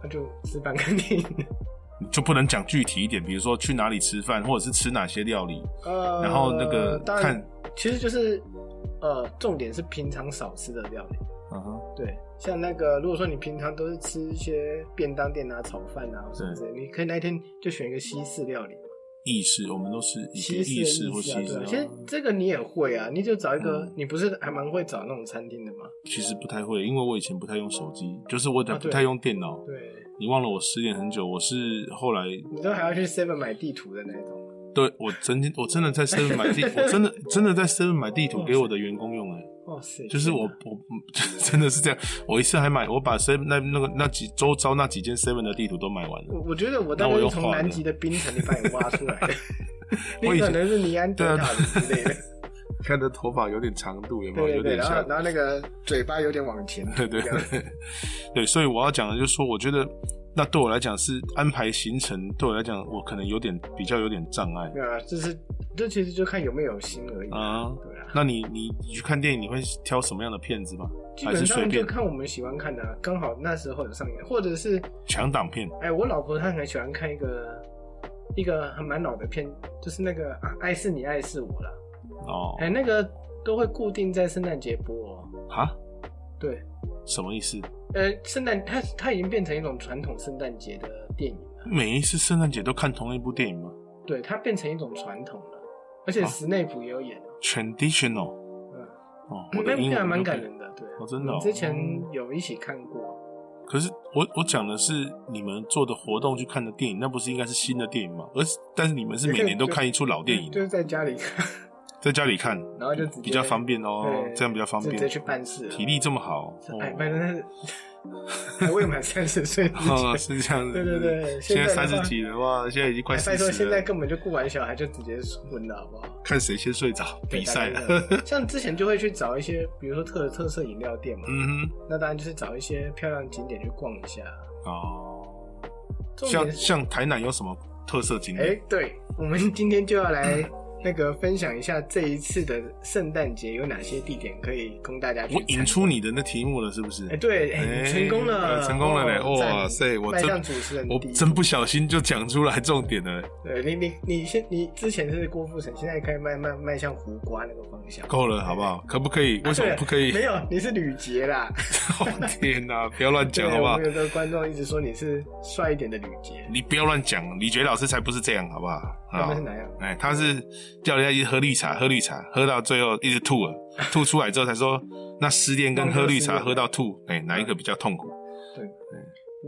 那就吃饭看电影。
你就不能讲具体一点，比如说去哪里吃饭，或者是吃哪些料理，
呃，
然后那个
当然
看，
其实就是呃，重点是平常少吃的料理。
嗯哼，
对，像那个，如果说你平常都是吃一些便当店啊、炒饭啊什么之类，你可以那一天就选一个西式料理，
意式，我们都是一些
西
意
式
式
的
或
意思啊，
西
对
式
啊。。其实这个你也会啊，你就找一个
嗯，
你不是还蛮会找那种餐厅的吗？
其实不太会，因为我以前不太用手机，就是我
啊
不
对
太用电脑。
对，
你忘了我失恋很久，我是后来
你都还要去 Seven 买地图的那种。
对我曾经我真的在 Seven 买地，我真的真的在 Seven 买地图给我的员工用哎、
哇塞，
就是我我 真的是这样，我一次还买，我把 Seven 那那个那几周遭那几间 Seven 的地图都买完了。
我我觉得我大
那
概
我又
是从
画了
南极的冰层里把你挖出来的， 你
我以前
可能是尼安德
对啊
塔人之 类的，
看的头发有点长度，有没有？
对对
有
对，
点
然后
像。
然后那个嘴巴有点往前，
对对
这样
对，对，所以我要讲的就是说，我觉得那对我来讲是安排行程，对我来讲我可能有点比较有点障碍
没有啊，就是这其实就看有没有心而已啊。
啊。
对啊，
那你你你去看电影，你会挑什么样的片子吗？
基
还
本
是随
上就
便
看我们喜欢看的、啊，刚好那时候有上映，或者是
强档片？
哎，我老婆她很喜欢看一个一个很蛮老的片，就是那个、啊《爱是你爱是我》啦，
哦，
哎，那个都会固定在圣诞节播、哦，
哈，
对，
什么意思？
呃，圣诞它它已经变成一种传统圣诞节的电影了，
每一次圣诞节都看同一部电影吗
对，它变成一种传统了，而
啊
且史内普也有演哦，
？Traditional
嗯，
哦，我
那
的
部
英
片还
文
蛮
又可以
感人的，对，
哦真的哦
我们之前有一起看过，
可是我我讲的是你们做的活动去看的电影，那不是应该是新的电影吗？而是但是你们是每年都看一出老电影
就，是在家里看，
在家里看，
然后就直接
比较方便哦
对，
这样比较方
就
便
直。接去办事了，
体力这么好，
哎， 反正啊是还未满三十岁之
哦，
前，
是这样子。
对对对
现在
现在
三十
的话
几了哇，现在已经快
哎拜
四
托，
十
现在
了，
根本就顾完小孩就直接混了，好不好？
看谁先睡着比赛啊
了
了。，
像之前就会去找一些，比如说特特色饮料店嘛，
嗯
那当然就是找一些漂亮景点去逛一下，
哼，哦，
重
像
点是，
像台南有什么特色景
哎、
点？
对，我们今天就要来那个分享一下这一次的圣诞节有哪些地点可以供大家去
我引
参
出你的那题目了，是不是
哎、？对，哎、你成功了，
哎成功了嘞！
哦
哇
赞
塞，我
迈
真
向主持人
我
第一
真不小心就讲出来重点了，
对你你你现你之前是郭富城，现在可以迈迈迈向胡瓜那个方向，
够了，好不好？可不可以？
啊？
为什么
对
不可以
没？有，你是吕杰啦。
哦天哪，不要乱
对，
讲，好不
我
好
们？有个观众一直说你是帅一点的吕杰，
你不要乱讲，李觉老师才不是这样，好不好？
他
啊
们是，哪样？
哎，他是叫人家一直喝绿茶，喝绿茶，喝到最后一直吐了，啊吐出来之后才说，那失恋跟喝绿茶喝到吐，哎，哪一个比较痛苦？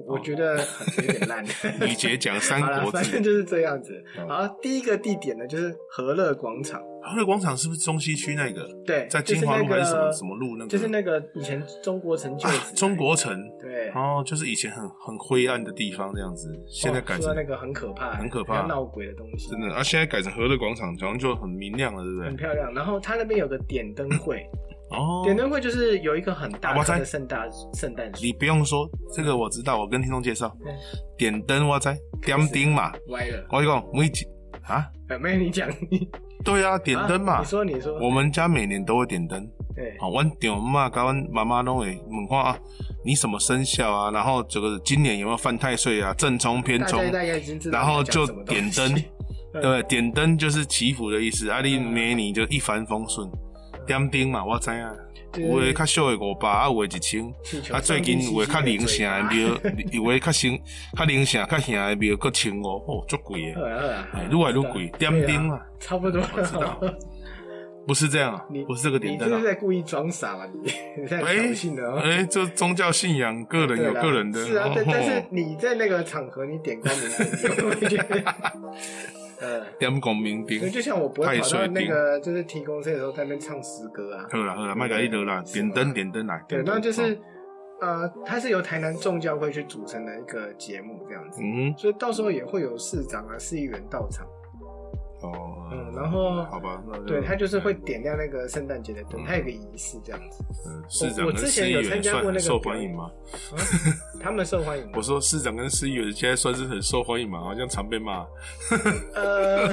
我觉得有点烂。
李 杰讲《三
好了，
国
反
志
正》，就是这样子。
嗯
好，第一个地点呢，就是和乐广场。
和乐广场是不是中西区那个？
对，
在
就是
金华路
那
还
个
是什么什么路那个
就是那个以前中国城旧
啊
址。
中国城，
对，
哦，就是以前很很灰暗的地方这样子，现在改
哦
成
说到那个很可怕，
很可怕
闹鬼的东西，
真的啊，现在改成和乐广场，好像就很明亮了，对不
很
对？
漂亮。然后它那边有个点灯会，
哦，
嗯点灯会就是有一个很大
啊我知
棵的圣诞圣诞树
你不用说，这个我知道，我跟听众介绍
嗯，
点灯我知点灯嘛，
歪了，
我跟你讲每一啊，
呃，没有你讲，你
对啊，点灯嘛
啊你，说你说，
我们家每年都会点灯。
对
好，阮丈妈甲阮妈妈拢会问看啊，你什么生肖啊？然后这个今年有没有犯太岁啊？正冲偏
大
冲
家，大家已经知道
然
你要
后
讲
就
什么东
点
西，
灯，
嗯
对不对？点灯就是祈福的意思，啊，你明年就一帆风顺。点灯嘛，我知啊，
就是
有的较俗的五百，啊有的一千，
气球
啊最近有的较灵性的
对
庙， 有的较新、较灵性、较行的庙，搁千五，哦，足贵的，
啊
哎愈来愈贵，点灯啊，，
差不多了，
我知道不是这样啊
你，
不是这个
你
点
这
灯啊
是。在故意装傻吧？你你在挑衅的哦。
哎，这宗教信仰，个人有
对啦
个人的。
是啊，但
哦
但是你在那个场合，你点光明灯，我 觉得，呃，
点公民兵
所以，就像我不会跑
太
到
水
那
平
个就是提供车的时候，在那边唱诗歌啊。
好啦好啦，麦改一德啦，
是
点
吗
灯点灯来。
对，
点灯
那就是
哦
呃，它是由台南众教会去组成的一个节目这样子，
嗯
所以到时候也会有市长啊、市议员到场。
哦，
嗯然后
好吧，那就
对，他就是会点亮那个圣诞节的灯，
嗯
它有个仪式这样 子。
嗯市长
我
跟
之
市
前
议
有
员
参加
算
过那
很
个
受
表
欢
演
迎吗？
啊他们受欢迎吗
我？说市长跟市议员现在算是很受欢迎嘛，好像常被 骂。
呃，呃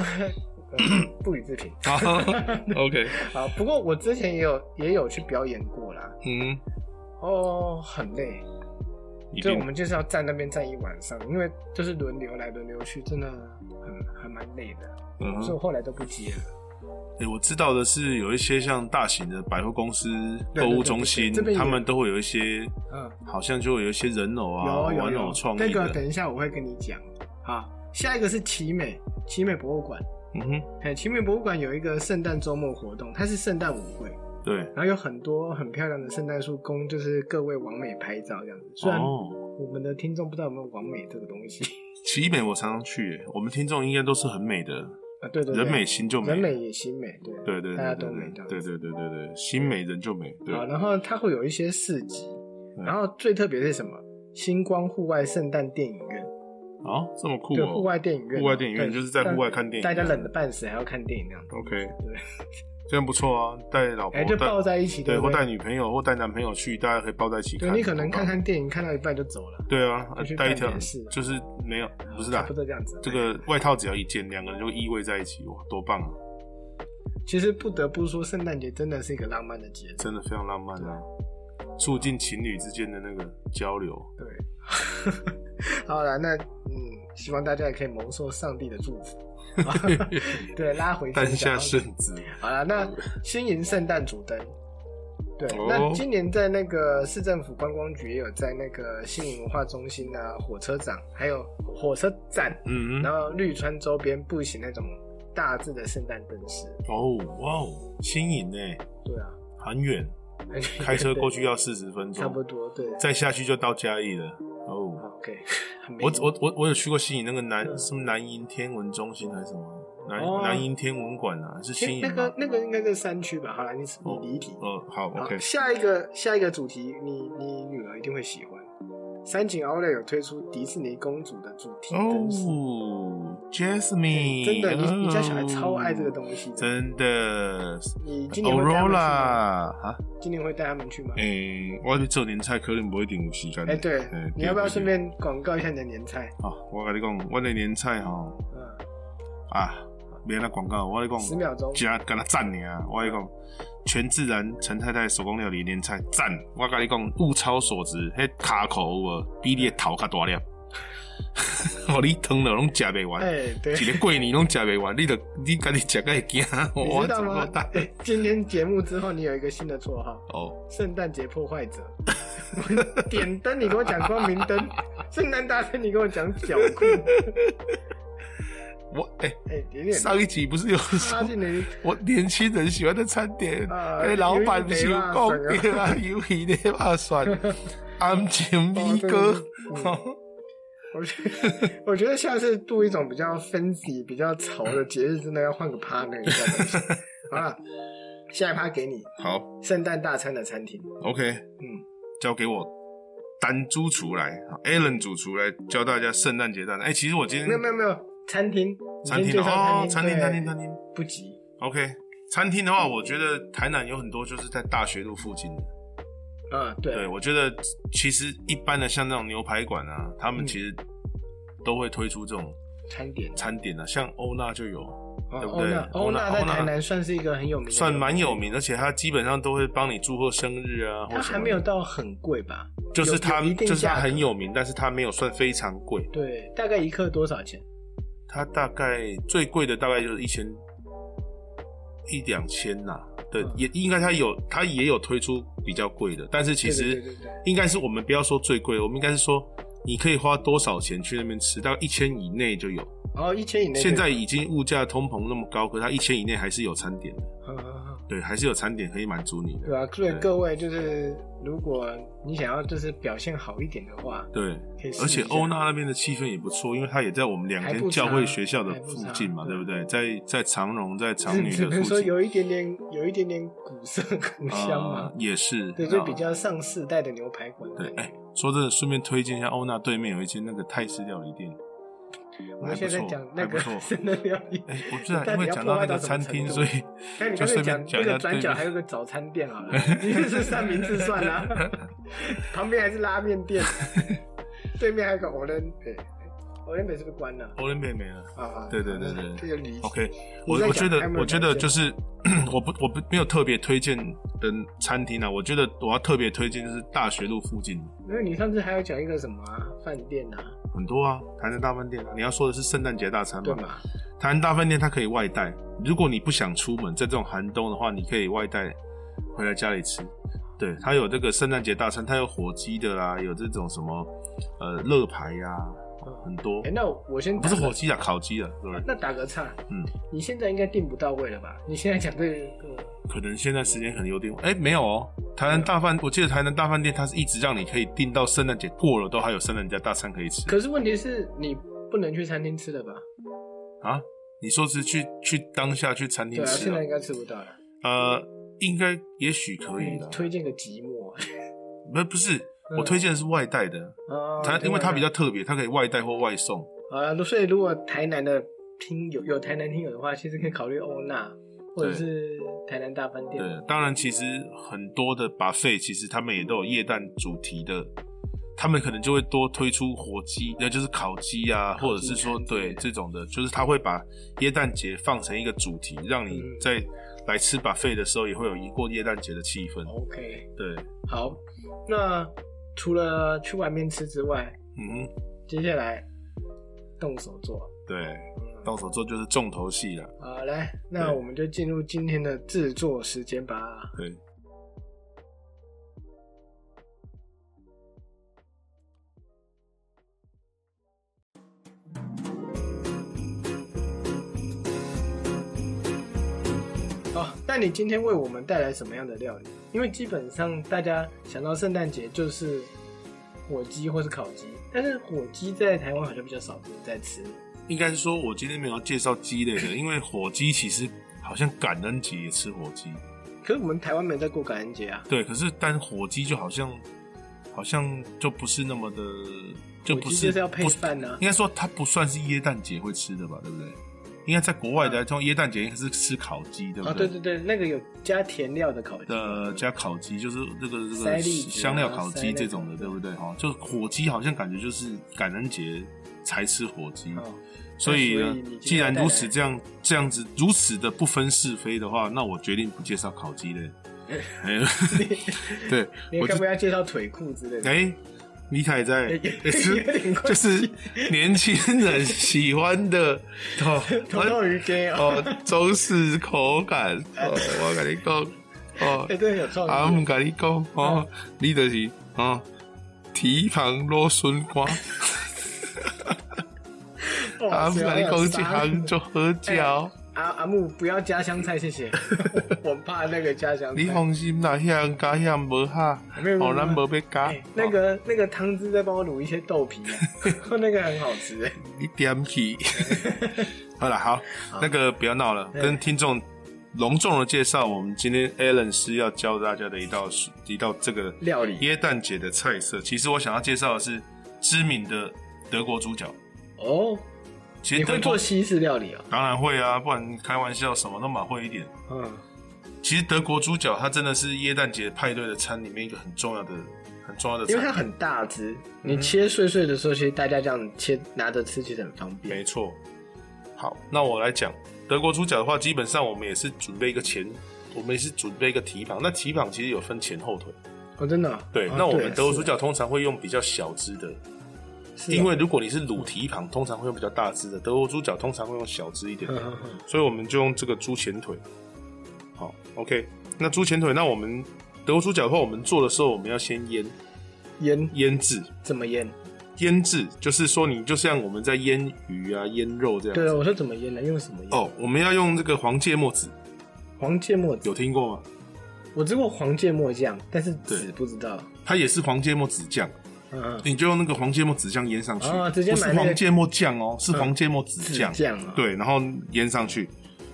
不予置评。
好，OK，
啊，不过我之前也有也有去表演过啦。
嗯，
哦，很累，
一
就我
定
们就是要站那边站一晚上，因为就是轮流来轮流去，真的很还蛮累的，
嗯哼
所以我后来都不接了。
诶我知道的是，有一些像大型的百货公司、
对对
购物
对
中
对
心
这边，也
他
有
们都会有一些，
嗯，
好像就会有一些人偶啊、
有有
玩
有
偶创
那
意
个
的。
等一下我会跟你讲啊。下一个是奇美，奇美博物馆。
嗯哼，
哎，奇美博物馆有一个圣诞周末活动，它是圣诞舞会，
对。
然后有很多很漂亮的圣诞树供就是各位网美拍照这样子。虽然
哦，
我们的听众不知道有没有网美这个东西
奇美我常常去耶，我们听众应该都是很美的，
啊，对对对，
人美心就美，
人美也心美，
对
对
对
大家
对
都美
对
这样
对
子。
对对对对，心美人就美，对
好，然后它会有一些市集，
嗯
然后最特别是什么？星光户外圣诞电影院，
啊，这么酷
对，
哦，
户外电影院，啊
户外电影院
对
就是在户外看电影，
大家冷的半死还要看电影那样子，
OK，
对，
这样不错啊，带老婆
哎，就抱
带
在一起，
对
不
或带
对？
女朋友或带男朋友去，大家可以抱在一起
对
看，
你可能看
好吧
看电影看到一半就走了，
对啊，
就去
呃带一
看
条
电视
就是没有不是
差
啦
不，多这样子。
这个外套只要一件，两个人就依偎在一起，哇，多棒啊，
其实不得不说，圣诞节真的是一个浪漫的节日。
真的非常浪漫啊，促进情侣之间的那个交流，
对，好了，那嗯，希望大家也可以蒙受上帝的祝福。 对，拉回
诞
正
下
传
圣子。
好了，那新营圣诞主灯。对，
哦
那今年在那个市政府观光局也有在那个新营文化中心啊、火车站，还有火车站，
嗯
然
嗯，
后绿川周边布行那种大致的圣诞灯饰。
哦哇哦，新颖哎，
对啊，
很 远， 开车过去要四十分
差不
钟，
多，对。
再下去就到嘉义了。哦，
OK，很 美
我我我我有去过新营那个南
嗯
什么南营天文中心还是什么南
哦
南营天文馆啊，是新
诶
营
那
吗
个？那个应该在山区吧？好了，你你
哦
离题。
哦，好
好
，OK，
下一个下一个主题，你你女儿一定会喜欢。三井奥莱有推出迪士尼公主的主题灯饰，
哦， Jasmine，
真的，你你家小孩
哦
超爱这个东西的。
真的。
你今年会带他们
Aurora
去吗？
啊，
今年会带他们去吗？
诶、我我这年菜可能不会定有时间。
哎，对
诶，
你要不要
对
顺便广告一下你的年菜？
啊，我跟你讲，我的年菜吼
嗯，
啊，别那广告，我跟你
十
讲，
秒钟。
加跟他赞你啊，我跟你讲，全自然陈太太手工料理年菜赞，我跟你讲，物超所值，迄卡口有无比你的头较大粒， 哦，你疼了拢食袂完。
哎，对，
一个过年拢食袂完，你着你家己食个会惊，
你
我
知道
怎么
吗
大？
哎今天节目之后，你有一个新的绰号
哦，
——圣诞节破 坏者。点灯，你跟我讲光明灯；圣诞大餐，你跟我讲脚裤。
我哎、
哎，有点啊
上一集不是有
差
说
劲的。
我年轻人喜欢的餐点，
啊
哎，老板不是有讲对啊，鱿鱼的肉蒜， 安全米哥
哦，我觉得， 我觉得下次度一种比较 fancy、比较潮的节日，真的要换个 partner 一下 东西。好了，下一趴给你
好
圣诞大餐的餐厅。
，OK，
嗯，
交给我单猪厨来，Alan 主厨来教大家圣诞节大餐。哎、其实我今
没有
天
没有没有，餐厅，
餐
你
厅
先介绍
哦，餐厅
对
餐厅餐厅
不急。
，OK，餐厅的话，我觉得台南有很多就是在大学路附近的。
啊，
对，
对，
我觉得其实一般的像那种牛排馆啊，他们
嗯
其实都会推出这种
餐点。
餐点啊，像欧娜就有，
哦
对不
欧
对
娜，欧娜
欧娜
在
欧娜
台南算是一个很有名的，
算蛮有。名，而且他基本上都会帮你祝贺生日啊，或
它
什
还
么
没
的
有，到很贵吧？
就是他
有有一定
就是他
价格
很有名，但是他没有算非常贵，
对，大概一克多少钱？
他大概最贵的大概就是一千一两千呐、对，
嗯
也应该他有他也有推出比较贵的，但是其
对
实
对对对对
应该是我们不要说最贵，我们应该是说你可以花多少钱去那边吃，大概一千以内就有。
然哦后一千以内。
现在已经物价通膨那么高，可是它一千以内还是有餐点的，
嗯，嗯嗯嗯
对，还是有餐点可以满足你
对
的。
啊，所以
对
各位就是，如果你想要就是表现好一点的话，
对，
可以试一下。
而且欧娜那边的气氛也不错，因为它也在我们两
还
间
不差
教会学校的
还不
附
差
近嘛，
对
对不对？在在长荣，在长女
只
的
能
附
说
近，
有一点点，有一点点古色古 香嘛
呃。也是，
对，就
啊
比较上世代的牛排馆。
对。哎，说真的，顺便推荐一下欧娜对面有一间那个泰式料理店，
我
还
们
不
现在
错
讲，那
还不
个
错。
圣诞料理。
哎，我知道，
到
因
底
为
要
讲
破
到
坏
那
到
个
什么
餐
程
厅，
度
所以
那你
就
干脆
顺
讲
便讲一
那个
下
转
对
角还
面。
有个早餐店好了， 你是三明治算了、啊 旁边还是拉面店，对面还有个 o l e n 北 o l e n 北是不是关了？
欧伦贝没了。
啊，
对对对对
这个理
OK，
你
我
在
我
讲
觉
还
得
没有
我觉得就
推荐
是我不我不没有特别推荐的餐厅啊，我觉得我要特别推荐就是大学路附近
因为你上次还有讲一个什么啊饭、店啊，
很多啊，台南大饭店啊。你要说的是圣诞节大餐
对
嘛？
嘛？
台南大饭店它可以外带，如果你不想出门，在这种寒冬的话，你可以外带回来家里吃。对，它有这个圣诞节大餐，它有火鸡的啦，有这种什么呃乐排呀、很多
哎、。那我先
不是
打个
火鸡啊，烤鸡啊，对不对？
那打个岔，
嗯，
你现在应该订不到位了吧？你现在讲这个，
可能现在时间可能有点晚，哎、没有哦。台南大饭，我记得台南大饭店，它是一直让你可以订到圣诞节过了都还有圣诞节大餐可以吃
可是问题是你不能去餐厅吃了吧？
啊。你说是去去当下去餐
对
厅
啊，
吃
现
哦、
在应该吃不到了。
呃，应该也许可以
你
啦。
推嗯荐个寂寞
不不是，我推荐的是外带的，
啊，
它因为它比较
较。
特别，它可以外带或外送。
好了，所以如果台南的听友有台南听友的话，其实可以考虑欧娜或者是台南大饭店。
对，当然其实很多的 buffet 其实他们也都有夜蛋主题的，他们可能就会多推出火鸡，那就是烤鸡啊，
烤鸡
或者是说
餐之类
对
的
这种的，就是他会把耶诞节放成一个主题，让你
嗯
在来吃 buffet 的时候也会有一过耶诞节的气氛。
OK，
对，
好，那除了去外面吃之外，
嗯哼，
接下来动手做。
对，
嗯
到手之后就是重头戏了。
好，来，那
对
我们就进入今天的制作时间吧。
对，
哦，那你今天为我们带来什么样的料理？因为基本上大家想到圣诞节就是火鸡或是烤鸡，但是火鸡在台湾好像比较少在吃。
应该是说我今天没有介绍鸡类的，因为火鸡其实好像感恩节也吃火鸡。
可是我们台湾没在过感恩节啊。
对，可是但火鸡就好像好像就不是那么的，就不
我记
是
得是要配
不是
饭啊呢、
应该说它不算是耶诞节会吃的吧，对不对？应该在国外的，像耶诞节应该是吃烤鸡，对不
哦，嗯对对对，那个有加甜料的烤鸡，
呃，加烤鸡就是这个这
塞
个
栗子啊
香料烤
塞那
鸡
个
这种的，对不对？哈，就火鸡好像感觉就是感恩节才吃火鸡，
哦，
所以
那
呢
所以你，今
既
天
然
带来
如此这样这样子如此的不分是非的话，那我决定不介绍烤鸡 嘞。哎对，
你
我
该
就
不要介绍腿裤之类的？
哎，米凯在
有，
也是
有点
就
关系
是年轻人喜欢的哦，
土豆鱼羹哦，
哦，中式口感哦，我跟你讲哦
哎，。真的有创意。
啊，唔甲你讲
啊
哦，你就是哦，蹄膀芦笋 干，
哇
啊，唔
塞
甲你
好有
讲
杀哎
这行就好嚼。
阿阿木不要家乡菜，谢谢，我怕那个家乡菜。
你放心啦，遐加遐无哈
没有，没有
哦，咱无要加
哎。那
哦，
个那个汤汁再帮我卤一些豆皮啊， 那个很好 吃哎。
你点 起。好了，好，那个不要闹了，
哎
跟听众隆重的介绍，我们今天 Alan 是要教大家的一道是一道这个
料理
耶诞节的菜色。其实我想要介绍的是知名的德国猪脚。
哦，
其
你
实德
会
国
做西式料理啊？
当然会啊，不然开玩笑什么都蛮会一点。
嗯，
其实德国猪脚它真的是耶诞节派对的餐里面一个很重要的、很重要的
因为它
餐。
很大只，
嗯
你切碎碎的时候，其实大家这样切拿着吃其实很方便。
没错。好，那我来讲德国猪脚的话，基本上我们也是准备一个前，我们也是准备一个蹄膀。那蹄膀其实有分前后腿。
哦，真的啊。
对，
哦
那我们
对
德国猪
是
脚通常会用比较小只的，
是啊
因为如果你是卤蹄膀，通常会用比较大只的。德国猪脚通常会用小只一点
嗯
的。
嗯嗯
所以我们就用这个猪前腿。好，OK，那猪前腿，那我们德国猪脚的话，我们做的时候，我们要先腌
腌
腌制，
怎么腌？
腌制就是说你就像我们在腌鱼啊、腌肉这样
对啊，
子。
我说怎么腌呢？用什么腌？
哦，我们要用这个黄芥末籽，
黄芥末
有
籽，
听过吗？
我吃过黄芥末酱，但是籽
对
不知道。
它也是黄芥末籽酱，
嗯嗯，
你就用那个黄芥末籽酱腌上去，
哦直接
不
买
是
那个嗯
黄芥末酱哦，是黄芥末籽
籽
酱，
酱啊。，
对，然后腌上去，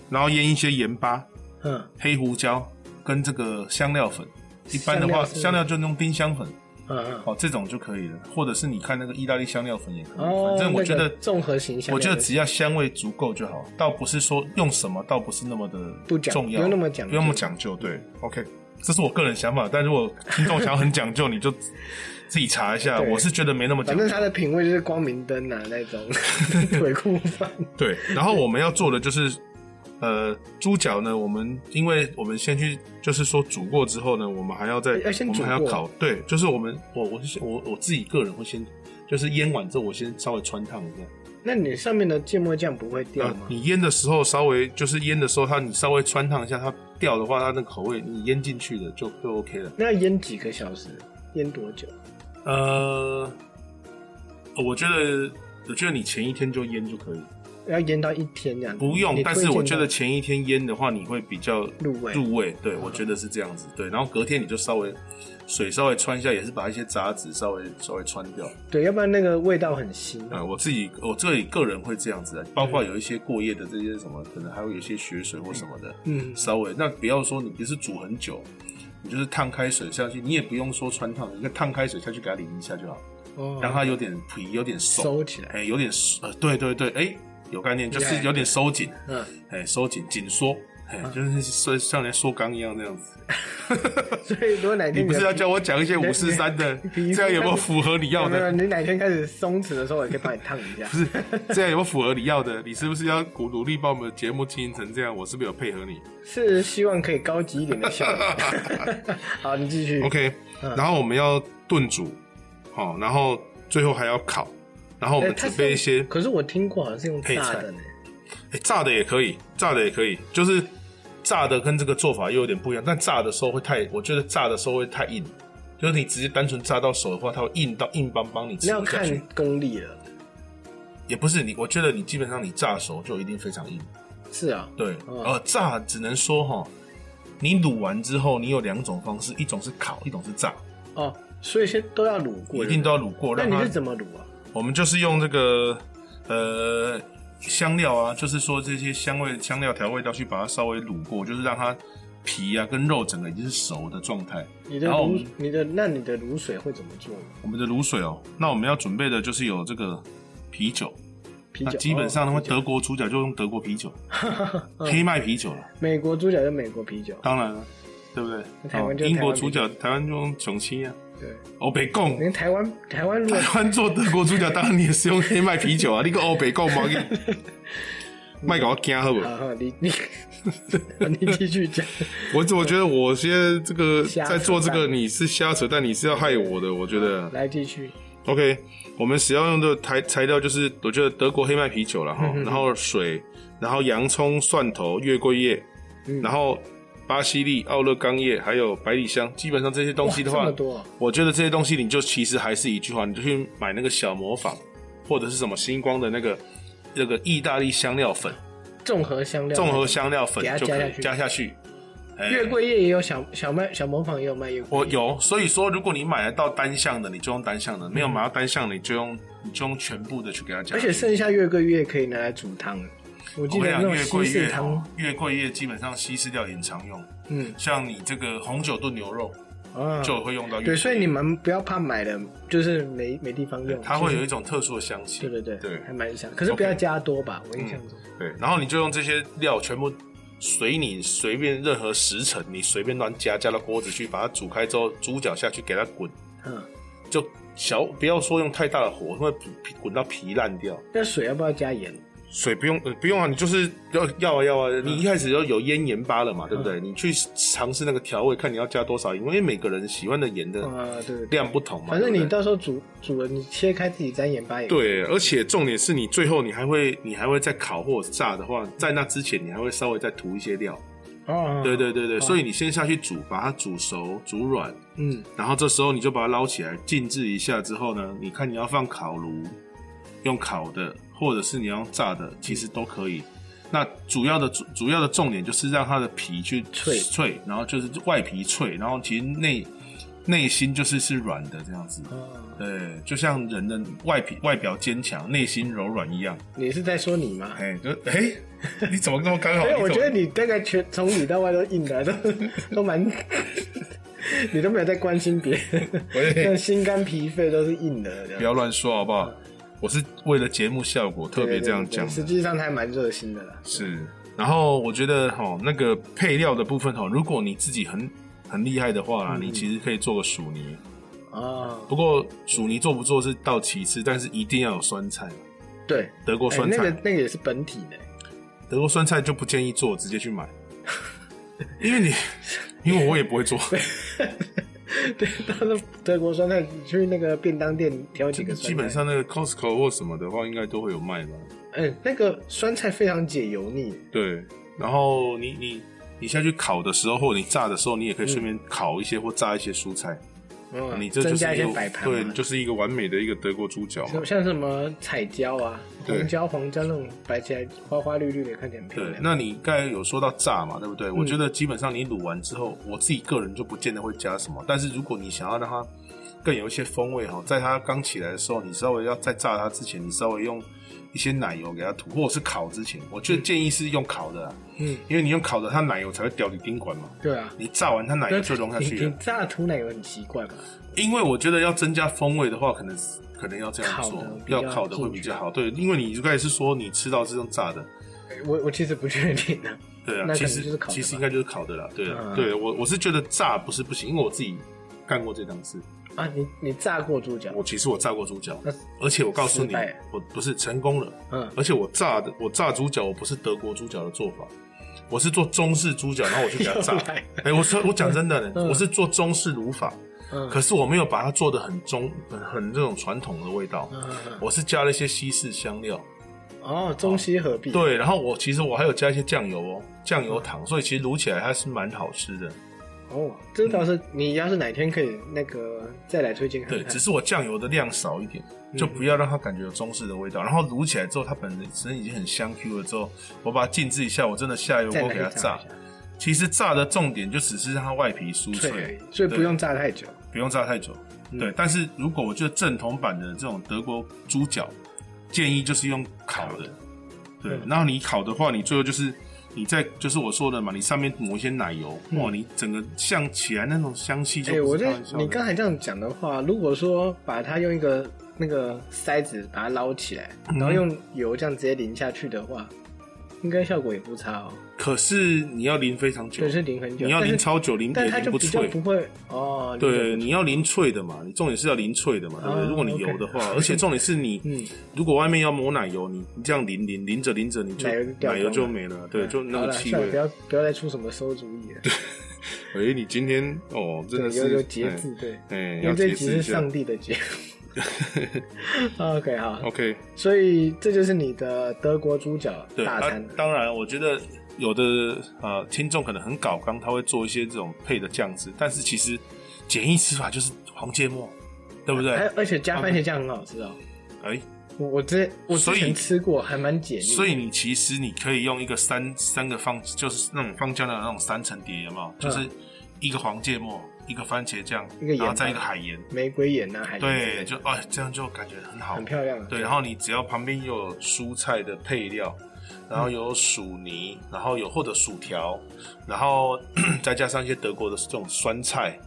然后腌一些盐巴，
嗯
黑胡椒跟这个香料粉。一般的话，
香料是
香料就用丁香粉，
嗯嗯。
哦，这种就可以了，或者是你看那个意大利香料粉也可以。
哦，
反正我觉
那
得
个，综合形象，
我觉得只要香味足够就好，倒不是说用什么，倒不是那么的
不讲
重要，
不用那么讲究
不用那么讲究。对，OK，这是我个人想法，但如果听众想要很讲究，你就 自己查一下。
对
我是觉得没那么讲
反
究
正。他的品味就是光明灯啊那 种 腿裤饭。
对，然后我们要做的就是，呃，猪脚呢，我们因为我们先去，就是说煮过之后呢，我们还要再，
要先
我
煮
们还要
过
烤，对，就是我们我我是我我自己个人会先，就是腌完之后，我先稍微穿烫一下。
那你上面的芥末酱不会掉
呃
吗？
你腌的时候稍微就是腌的时候，它你稍微穿烫一下，它掉的话，它那个口味你腌进去的就就 OK 了。
那要腌几个小时？腌多久？
呃，哦我觉得我觉得你前一天就腌就可以了。
要腌到一天这样？
不用
你，
但
推
是
荐
我
吗
觉得前一天腌的话，你会比较
入味
入味，对我觉得是这样子。对，然后隔天你就稍微水稍微穿一下，也是把一些杂质稍微稍微穿掉。
对，要不然那个味道很腥。
呃，我自己我自己个人会这样子，啊包括有一些过夜的这些什么，可能还会有一些血水或什么的，
嗯
稍微那不要说你不是煮很久，你就是烫开水下去，你也不用说穿烫，你就烫开水下去给它淋一下就好，
哦，
让它有点皮，有点松，
收起来。
哎，有点呃，对对对，哎，有概念，就是有点收紧。
嗯，
哎，收紧紧缩，哎，就是说像人缩肛一样那样子。
所以如果哪
你
天
不
的
是要
皮
叫我讲一些五四三的，
皮肤
这样有没有符合你要
没有，
的？
你哪天开始松弛的时候，我可以帮你烫一 下。不
不是，这样有没有符合你要的？你是不是要鼓努力把我们的节目经营成这样？我是不是有配合你
是希望可以高级一点的效果。 好，你继续。哎
？OK，然后我们要炖煮，好，然后最后还要烤，然后我
哎
们
它
准
是
备
用
一些
可是我听过好像是用
配
炸
菜
的呢。
哎，炸的也可以，炸的也可以，就是炸的跟这个做法又有点不一样。但炸的时候会太，我觉得炸的时候会太硬，就是你直接单纯炸到手的话，它会硬到硬邦邦，你吃
那要
不下去
看。功力了。
也不是你，我觉得你基本上你炸熟就一定非常硬。
是啊，
对，
嗯
呃，炸只能说哈，你卤完之后，你有两种方式，一种是烤，一种是炸，
哦，所以先都要卤过。
一定都要卤过。
对
让
不对。那你
它
是怎么卤啊？
我们就是用这个呃香料啊，就是说这些香味、香料调味料去把它稍微卤过，就是让它皮啊跟肉整个已经是熟的状态。
你的
然后我
卤
们，
你的那你的卤水会怎么做呢？
我们的卤水哦，那我们要准备的就是有这个啤酒，
啤
那
酒，
基本上
哦
他们
啤酒
德国主角就用德国 啤酒，黑麦啤酒了。
美国猪脚就美国啤酒，
当然了，对不对？
那台湾就
哦
是
英国
台湾啤酒
主角，台湾就用雄心啊，
对，
欧北贡。
连台湾台湾如 果
台湾做德国主角，当然你也是用黑麦啤酒啊，你个欧北贡毛 给，卖给我惊好不好？
好好， 你你你继续讲，
我怎么觉得我现在这个
瞎扯
在做这个，
淡
你是瞎扯，但你是要害我的，我觉得。
来继续，
OK，我们使要用的材材料就是，我觉得德国黑麦啤酒了
嗯
哈，然后水，然后洋葱、蒜头、月桂叶，
嗯
然后巴西利、奥勒冈叶，还有百里香，基本上这些东
哇，
西
这
的话
么，多哦，
我觉得这些东西你就其实还是一句话，你就去买那个小磨坊，或者是什么星光的那个那个意大利香料粉、
综合香料，
综合香料粉
给它
就可以加
加
下去。哎
月桂叶也有小小卖小模仿也有卖月桂
我
叶，
有，所以说如果你买得到单项的，你就用单项的；没有买到单项的，你就用你就用全部的去给它加。
嗯而且剩下月桂叶可以拿来煮汤，我记
我
得
跟
那
你讲，
种
月
西
桂
式
叶哦
汤，，
月桂叶基本上西式料理很常用，
嗯
像你这个红酒炖牛肉
啊，
就会用到月桂叶
对，所以你们不要怕买了，就是没没地方用，
它会
其实
有一种特殊的香气。
对对对
对
还蛮香，可是不要加多吧，我印象中，
对，然后你就用这些料全部随你随便任何时辰，你随便乱加，加到锅子去，把它煮开之后，猪脚下去给它滚，
嗯，
就小不要说用太大的火，会滚到皮烂掉。
那水要不要加盐？
水不用、呃不用啊，你就是要要啊要啊，你一开始要有腌盐巴了
嗯
嘛，对不对？你去尝试那个调味，看你要加多少，因为每个人喜欢的盐的
啊，对对对，
量不同嘛。
反正
对不
你
对
到时候煮煮了，你切开自己沾盐巴也可以
对，而且重点是你最后你还会你还会再烤或者炸的话，在那之前你还会稍微再涂一些料。
哦，
对对对对，所以你先下去煮，把它煮熟、煮软，
嗯，
然后这时候你就把它捞起来静置一下之后呢，你看你要放烤炉，用烤的，或者是你要用炸的，其实都可以。
嗯
那主要的主主要的重点就是让它的皮去
脆
脆，然后就是外皮脆，然后其实内内心就是是软的这样子。
哦，
对，就像人的外皮外表坚强，内心柔软一样。
你是在说你吗？
哎，就哎， 你怎么那么刚好？
没有， 我
你怎么
觉得你大概全从里到外都硬的，都 都蛮，你都没有在关心别 人，
喂
像心肝脾肺都是硬的，这
不
样
要乱说好不好？我是为了节目效果特别这样讲
对对对
的
对实际上他还蛮热心的啦。
是，然后我觉得哈，那个配料的部分哈，如果你自己很很厉害的话
嗯
啦，你其实可以做个薯泥。
哦，
不过薯泥做不做是到其次，但是一定要有酸菜，
对，
德国
哎
酸
那
菜，
个那个也是本体的，
德国酸菜就不建议做，直接去买，因为你，因为我也不会 做，
对，到时候德国酸菜你去那个便当店挑几个酸菜，
基本，上那个 Costco 或什么的话，应该都会有卖吧。
嗯，那个酸菜非常解油腻，
对，然后你你你下去烤的时候，或者你炸的时候，你也可以顺便烤一些或炸一些蔬菜，
嗯，
你这就
增
是
加一些啊
个
摆盘嘛，
对，你就是一个完美的一个德国猪脚嘛。
像什么彩椒啊、
对
红椒、黄椒那种摆起来花花绿绿的，看起来很漂
对
亮，。嗯
那你刚才有说到炸嘛，对不对？我觉得基本上你卤完之后，我自己个人就不见得会加什么，但是如果你想要让它更有一些风味哈，在它刚起来的时候，你稍微要在炸它之前，你稍微用一些奶油给它涂，或者是烤之前，我觉得建议是用烤的啦，
嗯，
因为你用烤的，它奶油才会掉你宾馆嘛。
对啊，
你炸完它奶油就融下去
你
了
你，炸土奶油很奇怪吧？
因为我觉得要增加风味的话，可能是可能要这样
烤
做
的比，较啊
要烤的会比较好。对，因为你刚才是说你吃到是用炸的，
我我其实不确定啊。
对
那
啊，
可
其
能就是
实
烤的吧
其实应该就是烤的啦。对啊
嗯，
对我我是觉得炸不是不行，因为我自己干过这档事。
啊，你你炸过猪脚？
我其实我炸过猪脚
那，
而且我告诉
失
你
败了，
我不是成功了，
嗯，
而且我炸的我炸猪脚，我不是德国猪脚的做法。我是做中式猪脚，然后我去给它 炸
又来了。
哎、我说我讲真的呢，
嗯
我是做中式卤法，
嗯
可是我没有把它做的很中，很很这种传统的味道。
嗯嗯
我是加了一些西式香料，
嗯哦，中西合璧。，
对，然后我其实我还有加一些酱油哦，酱油
嗯
糖，所以其实卤起来还是蛮好吃的。
哦，这倒是，你要是哪天可以那个再来推荐看
对，
看
只。是我酱油的量少一点，
嗯
就不要让它感觉有中式的味道。然后卤起来之后，它本身已经很香 Q 了之后，我把它静置一下，我真的下油
再
锅
来
给它
一
炸
下。
其实炸的重点就只是让它外皮酥
脆而
脆，
已，所以不
对
用炸太久。
不用炸太久。
嗯
对，但是如果我觉得正统版的这种德国
嗯
猪脚，建议就是用烤的。对，然后你烤的话，你最后就是你在就是我说的嘛，你上面抹一些奶油，
嗯
哇，你整个像起来那种香气就
哎、
不
我
是
觉
开
得
玩笑的。
你刚才这样讲的话，如果说把它用一个那个筛子把它捞起来，
嗯
然后用油这样直接淋下去的话，应该效果也不差哦。
可是你要淋非常久，
就是淋很久，
你要
但
淋
是
超久，淋
但
也
它
淋
就
不
比较
脆。
不会哦。
对，
你
你要淋脆的嘛，你重点是要淋脆的嘛，对不对？
哦
如果你
OK
油的话，而且重点是你，
嗯
如果外面要抹奶油，你你这样淋淋淋着淋着，你就
奶油就掉
奶油
光
就
了
没了，对，
嗯
就那
好
个
了
气
算了不
味。
要不要再出什么馊主意了，
哎，你今天哦，真的
对，
是
有有节
哎
制，对，
哎，
因
要
为这
节
一集
制一
是
下
上。帝的节 目。OK，好，
OK，
所以这就是你的德国猪脚
对，
大
啊
餐。
当然，我觉得有的呃听众可能很搞刚，他会做一些这种配的酱汁，但是其实简易吃法就是黄芥末，对不对？
还有而且加番茄酱很好吃哦。
哎，
我我之我之
所以
前吃过，还蛮解腻。
所以你其实你可以用一个三三个放，就是那种放酱的那种三层碟，有没有？就是一个黄芥末，一个番茄酱，
嗯一个盐
然后再一个
巴
海盐，
玫瑰盐呐、啊，海盐之类
对，
的
就哎这样就感觉很好
很，漂亮啊。
对。然后你只要旁边又有蔬菜的配料，
嗯
然后有薯泥，然后有或者薯条，然后 再加上一些德国的这种酸菜。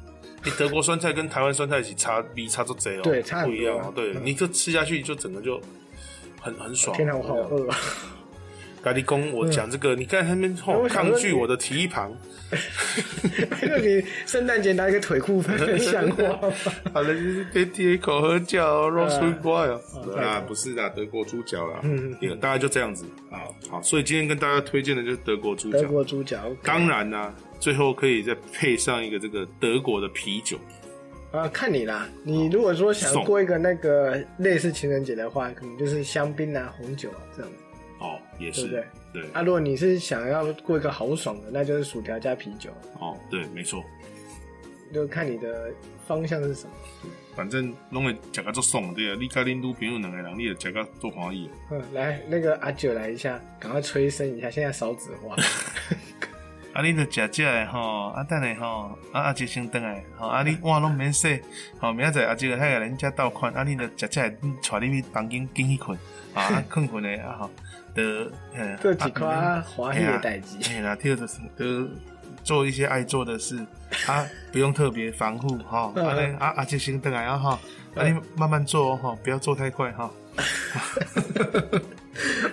你德国酸菜跟台湾酸菜一起差比差就贼哦，
对差很
不一样
多
哦
啊。
对，
嗯
你就吃下去就整个就很很爽。
天哪，我好
对啊
饿啊！
咖喱公，我讲这个，你看他们
哎
吼
我想
抗
说
拒
你
我的蹄膀，
那你圣诞节拿一个腿裤分像 话吗？
好了，别贴口喝脚，露出瓜呀
嗯！
对啊，不是啦，德国猪脚啦，
嗯嗯
也大概就这样子。
好，
好，所以今天跟大家推荐的就是德国猪
德
脚，
国猪脚，OK，
当然啦，最后可以再配上一个这个德国的啤酒。
啊，看你啦。你如果说想
哦送
过一个那个类似情人节的话，可能就是香槟啊、红酒啊这样子。
哦，也
对
是
不对，
对，
啊，如果你是想要过一个豪爽的，那就是薯条加啤酒，
哦，对，没错，
就看你的方向是什么。
反正弄会食个做爽对啊，你甲恁女朋友两个人，你也食个做欢喜的。啊
嗯，来，那个阿九来一下，赶快催生一下，现在少子 化。
啊，你著食食诶吼，啊，等下吼，啊，阿姐先等来，吼，啊，你碗拢免洗，吼，明仔载阿姐迄个人家倒款，啊，你著食食，你带你去房间进去困， 啊，啊，困困诶，啊吼，著，呃
这几块啊华裔的代志，
嗯嘿啦，第二个是得做一些爱做的 事，啊，不用特别防护哈，
嗯
啊嘞啊啊，就先等来啊哈，啊你慢慢做哦哈，不要做太快哈，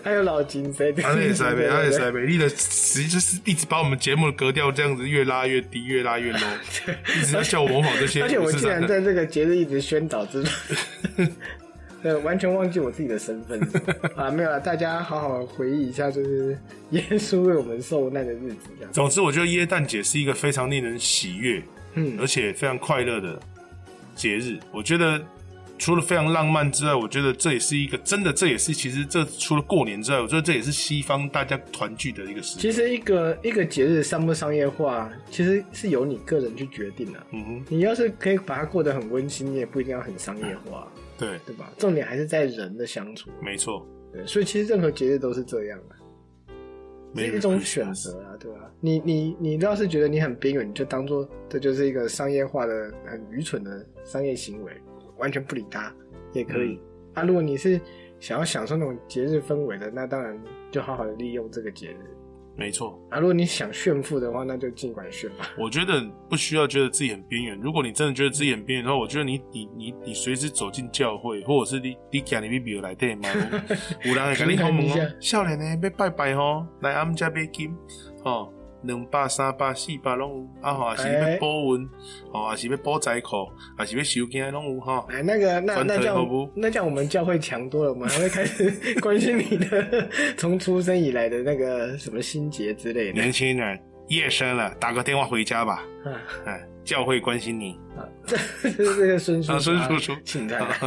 还有老金谁的？
啊也塞呗，啊
对
也
对对
塞呗，你的实就是一直把我们节目的格调这样子越拉越低，越拉越 low，一直在叫我模仿这些，
而且我
不是
竟
真
然
的
在这个节日一直宣导 之中，呃，完全忘记我自己的身份是吧啊，没有了。大家好好回忆一下，就是耶稣为我们受难的日子，这样。
总之，我觉得耶诞节是一个非常令人喜悦，
嗯
而且非常快乐的节日。我觉得除了非常浪漫之外，我觉得这也是一个真的，这也是其实这除了过年之外，我觉得这也是西方大家团聚的一个时间。
其实一个一个节日商不商业化，其实是由你个人去决定的、
嗯哼，
你要是可以把它过得很温馨，你也不一定要很商业化，
对，
对吧？重点还是在人的相处，
没错，
对。所以其实任何节日都是这样的、
没
是一种选。择啊，对吧、你你你要是觉得你很边缘，你就当做这就是一个商业化的很愚蠢的商业行为，完全不理他也可
嗯
以。啊，如果你是想要享受那种节日氛围的，那当然就好好的利用这个节日。
没错，
啊，如果你想炫富的话，那就尽管炫吧。
我觉得不需要觉得自己很边缘。如果你真的觉得自己很边缘的话，我觉得你你你你随时走进教会，或者是你你家里面比如来对嘛，有人会跟 你好问
平衡一
哦
下，
少年呢要拜拜哦，来俺们家买金哦，两百、三百、四百拢有，啊吼，也是
哎
要保温，哦，也是要保财库，也是要收惊拢有吼。
哎，那个，那
反
那
推
这
好不
样，那这样我们教会强多了，我们还会开始 关心你的从出生以来的那个什么心结之类的。
年轻人，夜深了，打个电话回家吧，
啊，
哎，教会关心你。
啊这这是这个孙叔
啊，
叔
孙
啊，
叔叔，
请 他来。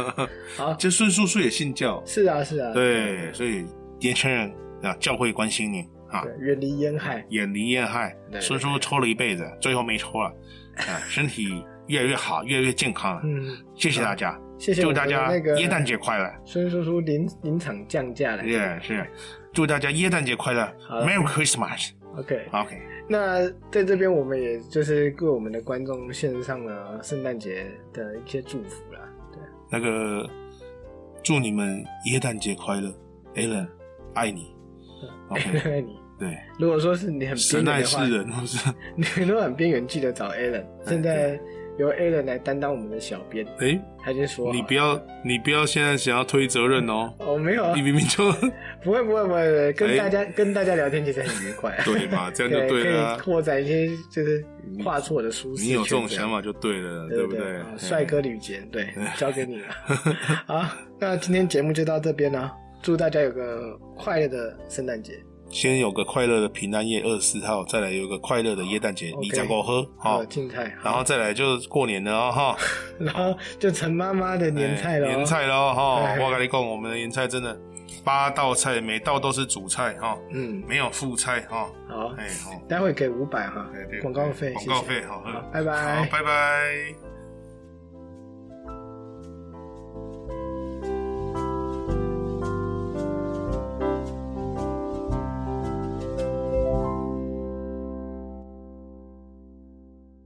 好，
就孙叔叔也信教，
是啊，是啊，
对，所以年轻人啊，教会关心你啊，
对，远离烟害。
远离烟害。
对
孙叔抽了一辈子，最后没抽了，啊，身体越来越好，越来越健康了。
嗯，
谢谢大家，
谢谢我
祝
们的
大家
那个
耶诞节快乐！
孙叔叔临临场降价来。
也是，祝大家耶诞节快乐
好的
，Merry Christmas。
OK，
OK，
那在这边我们也就是为我们的观众献上了圣诞节的一些祝福啦。对，
那个祝你们耶诞节快乐，Alan，爱你。OK，
爱你，
对，
如果说是你嗯很边
神
缘
爱
的话
世，人，或是
你如果很边缘，记得找 Alan。现在由 Alan 来担当我们的小编，
哎，
他已经说好了
你不要你不要现在想要推责任哦，
哦，没有啊
你，明明就
不会不会不会不会，
哎，
跟大家跟大家聊天其实很愉快
对 嘛，这样就
对，
对了
可以
啊。
拓展一些就是跨出我的舒适圈。
你有这种
样
想法就对了，
对
不
对
对嗯
啊？帅哥吕杰， 对，交给你了。好，那今天节目就到这边了，祝大家有个快乐的圣诞节。
先有个快乐的平安夜二十四号，再来有个快乐的耶诞节，
OK
你才够喝
好，
好，
静态。
然后再来就是过年了哦哈，
然后就陈妈妈的 年菜了、
哎年，菜喽哈，
哎
我跟你讲，我们的年菜真的八道菜，每道都是主菜哈，
嗯，
没有副菜哈，
好，
哎好，
待会给五百哈
哎对，
广告费，
广告
谢谢
费好喝
好，拜拜
好，拜拜。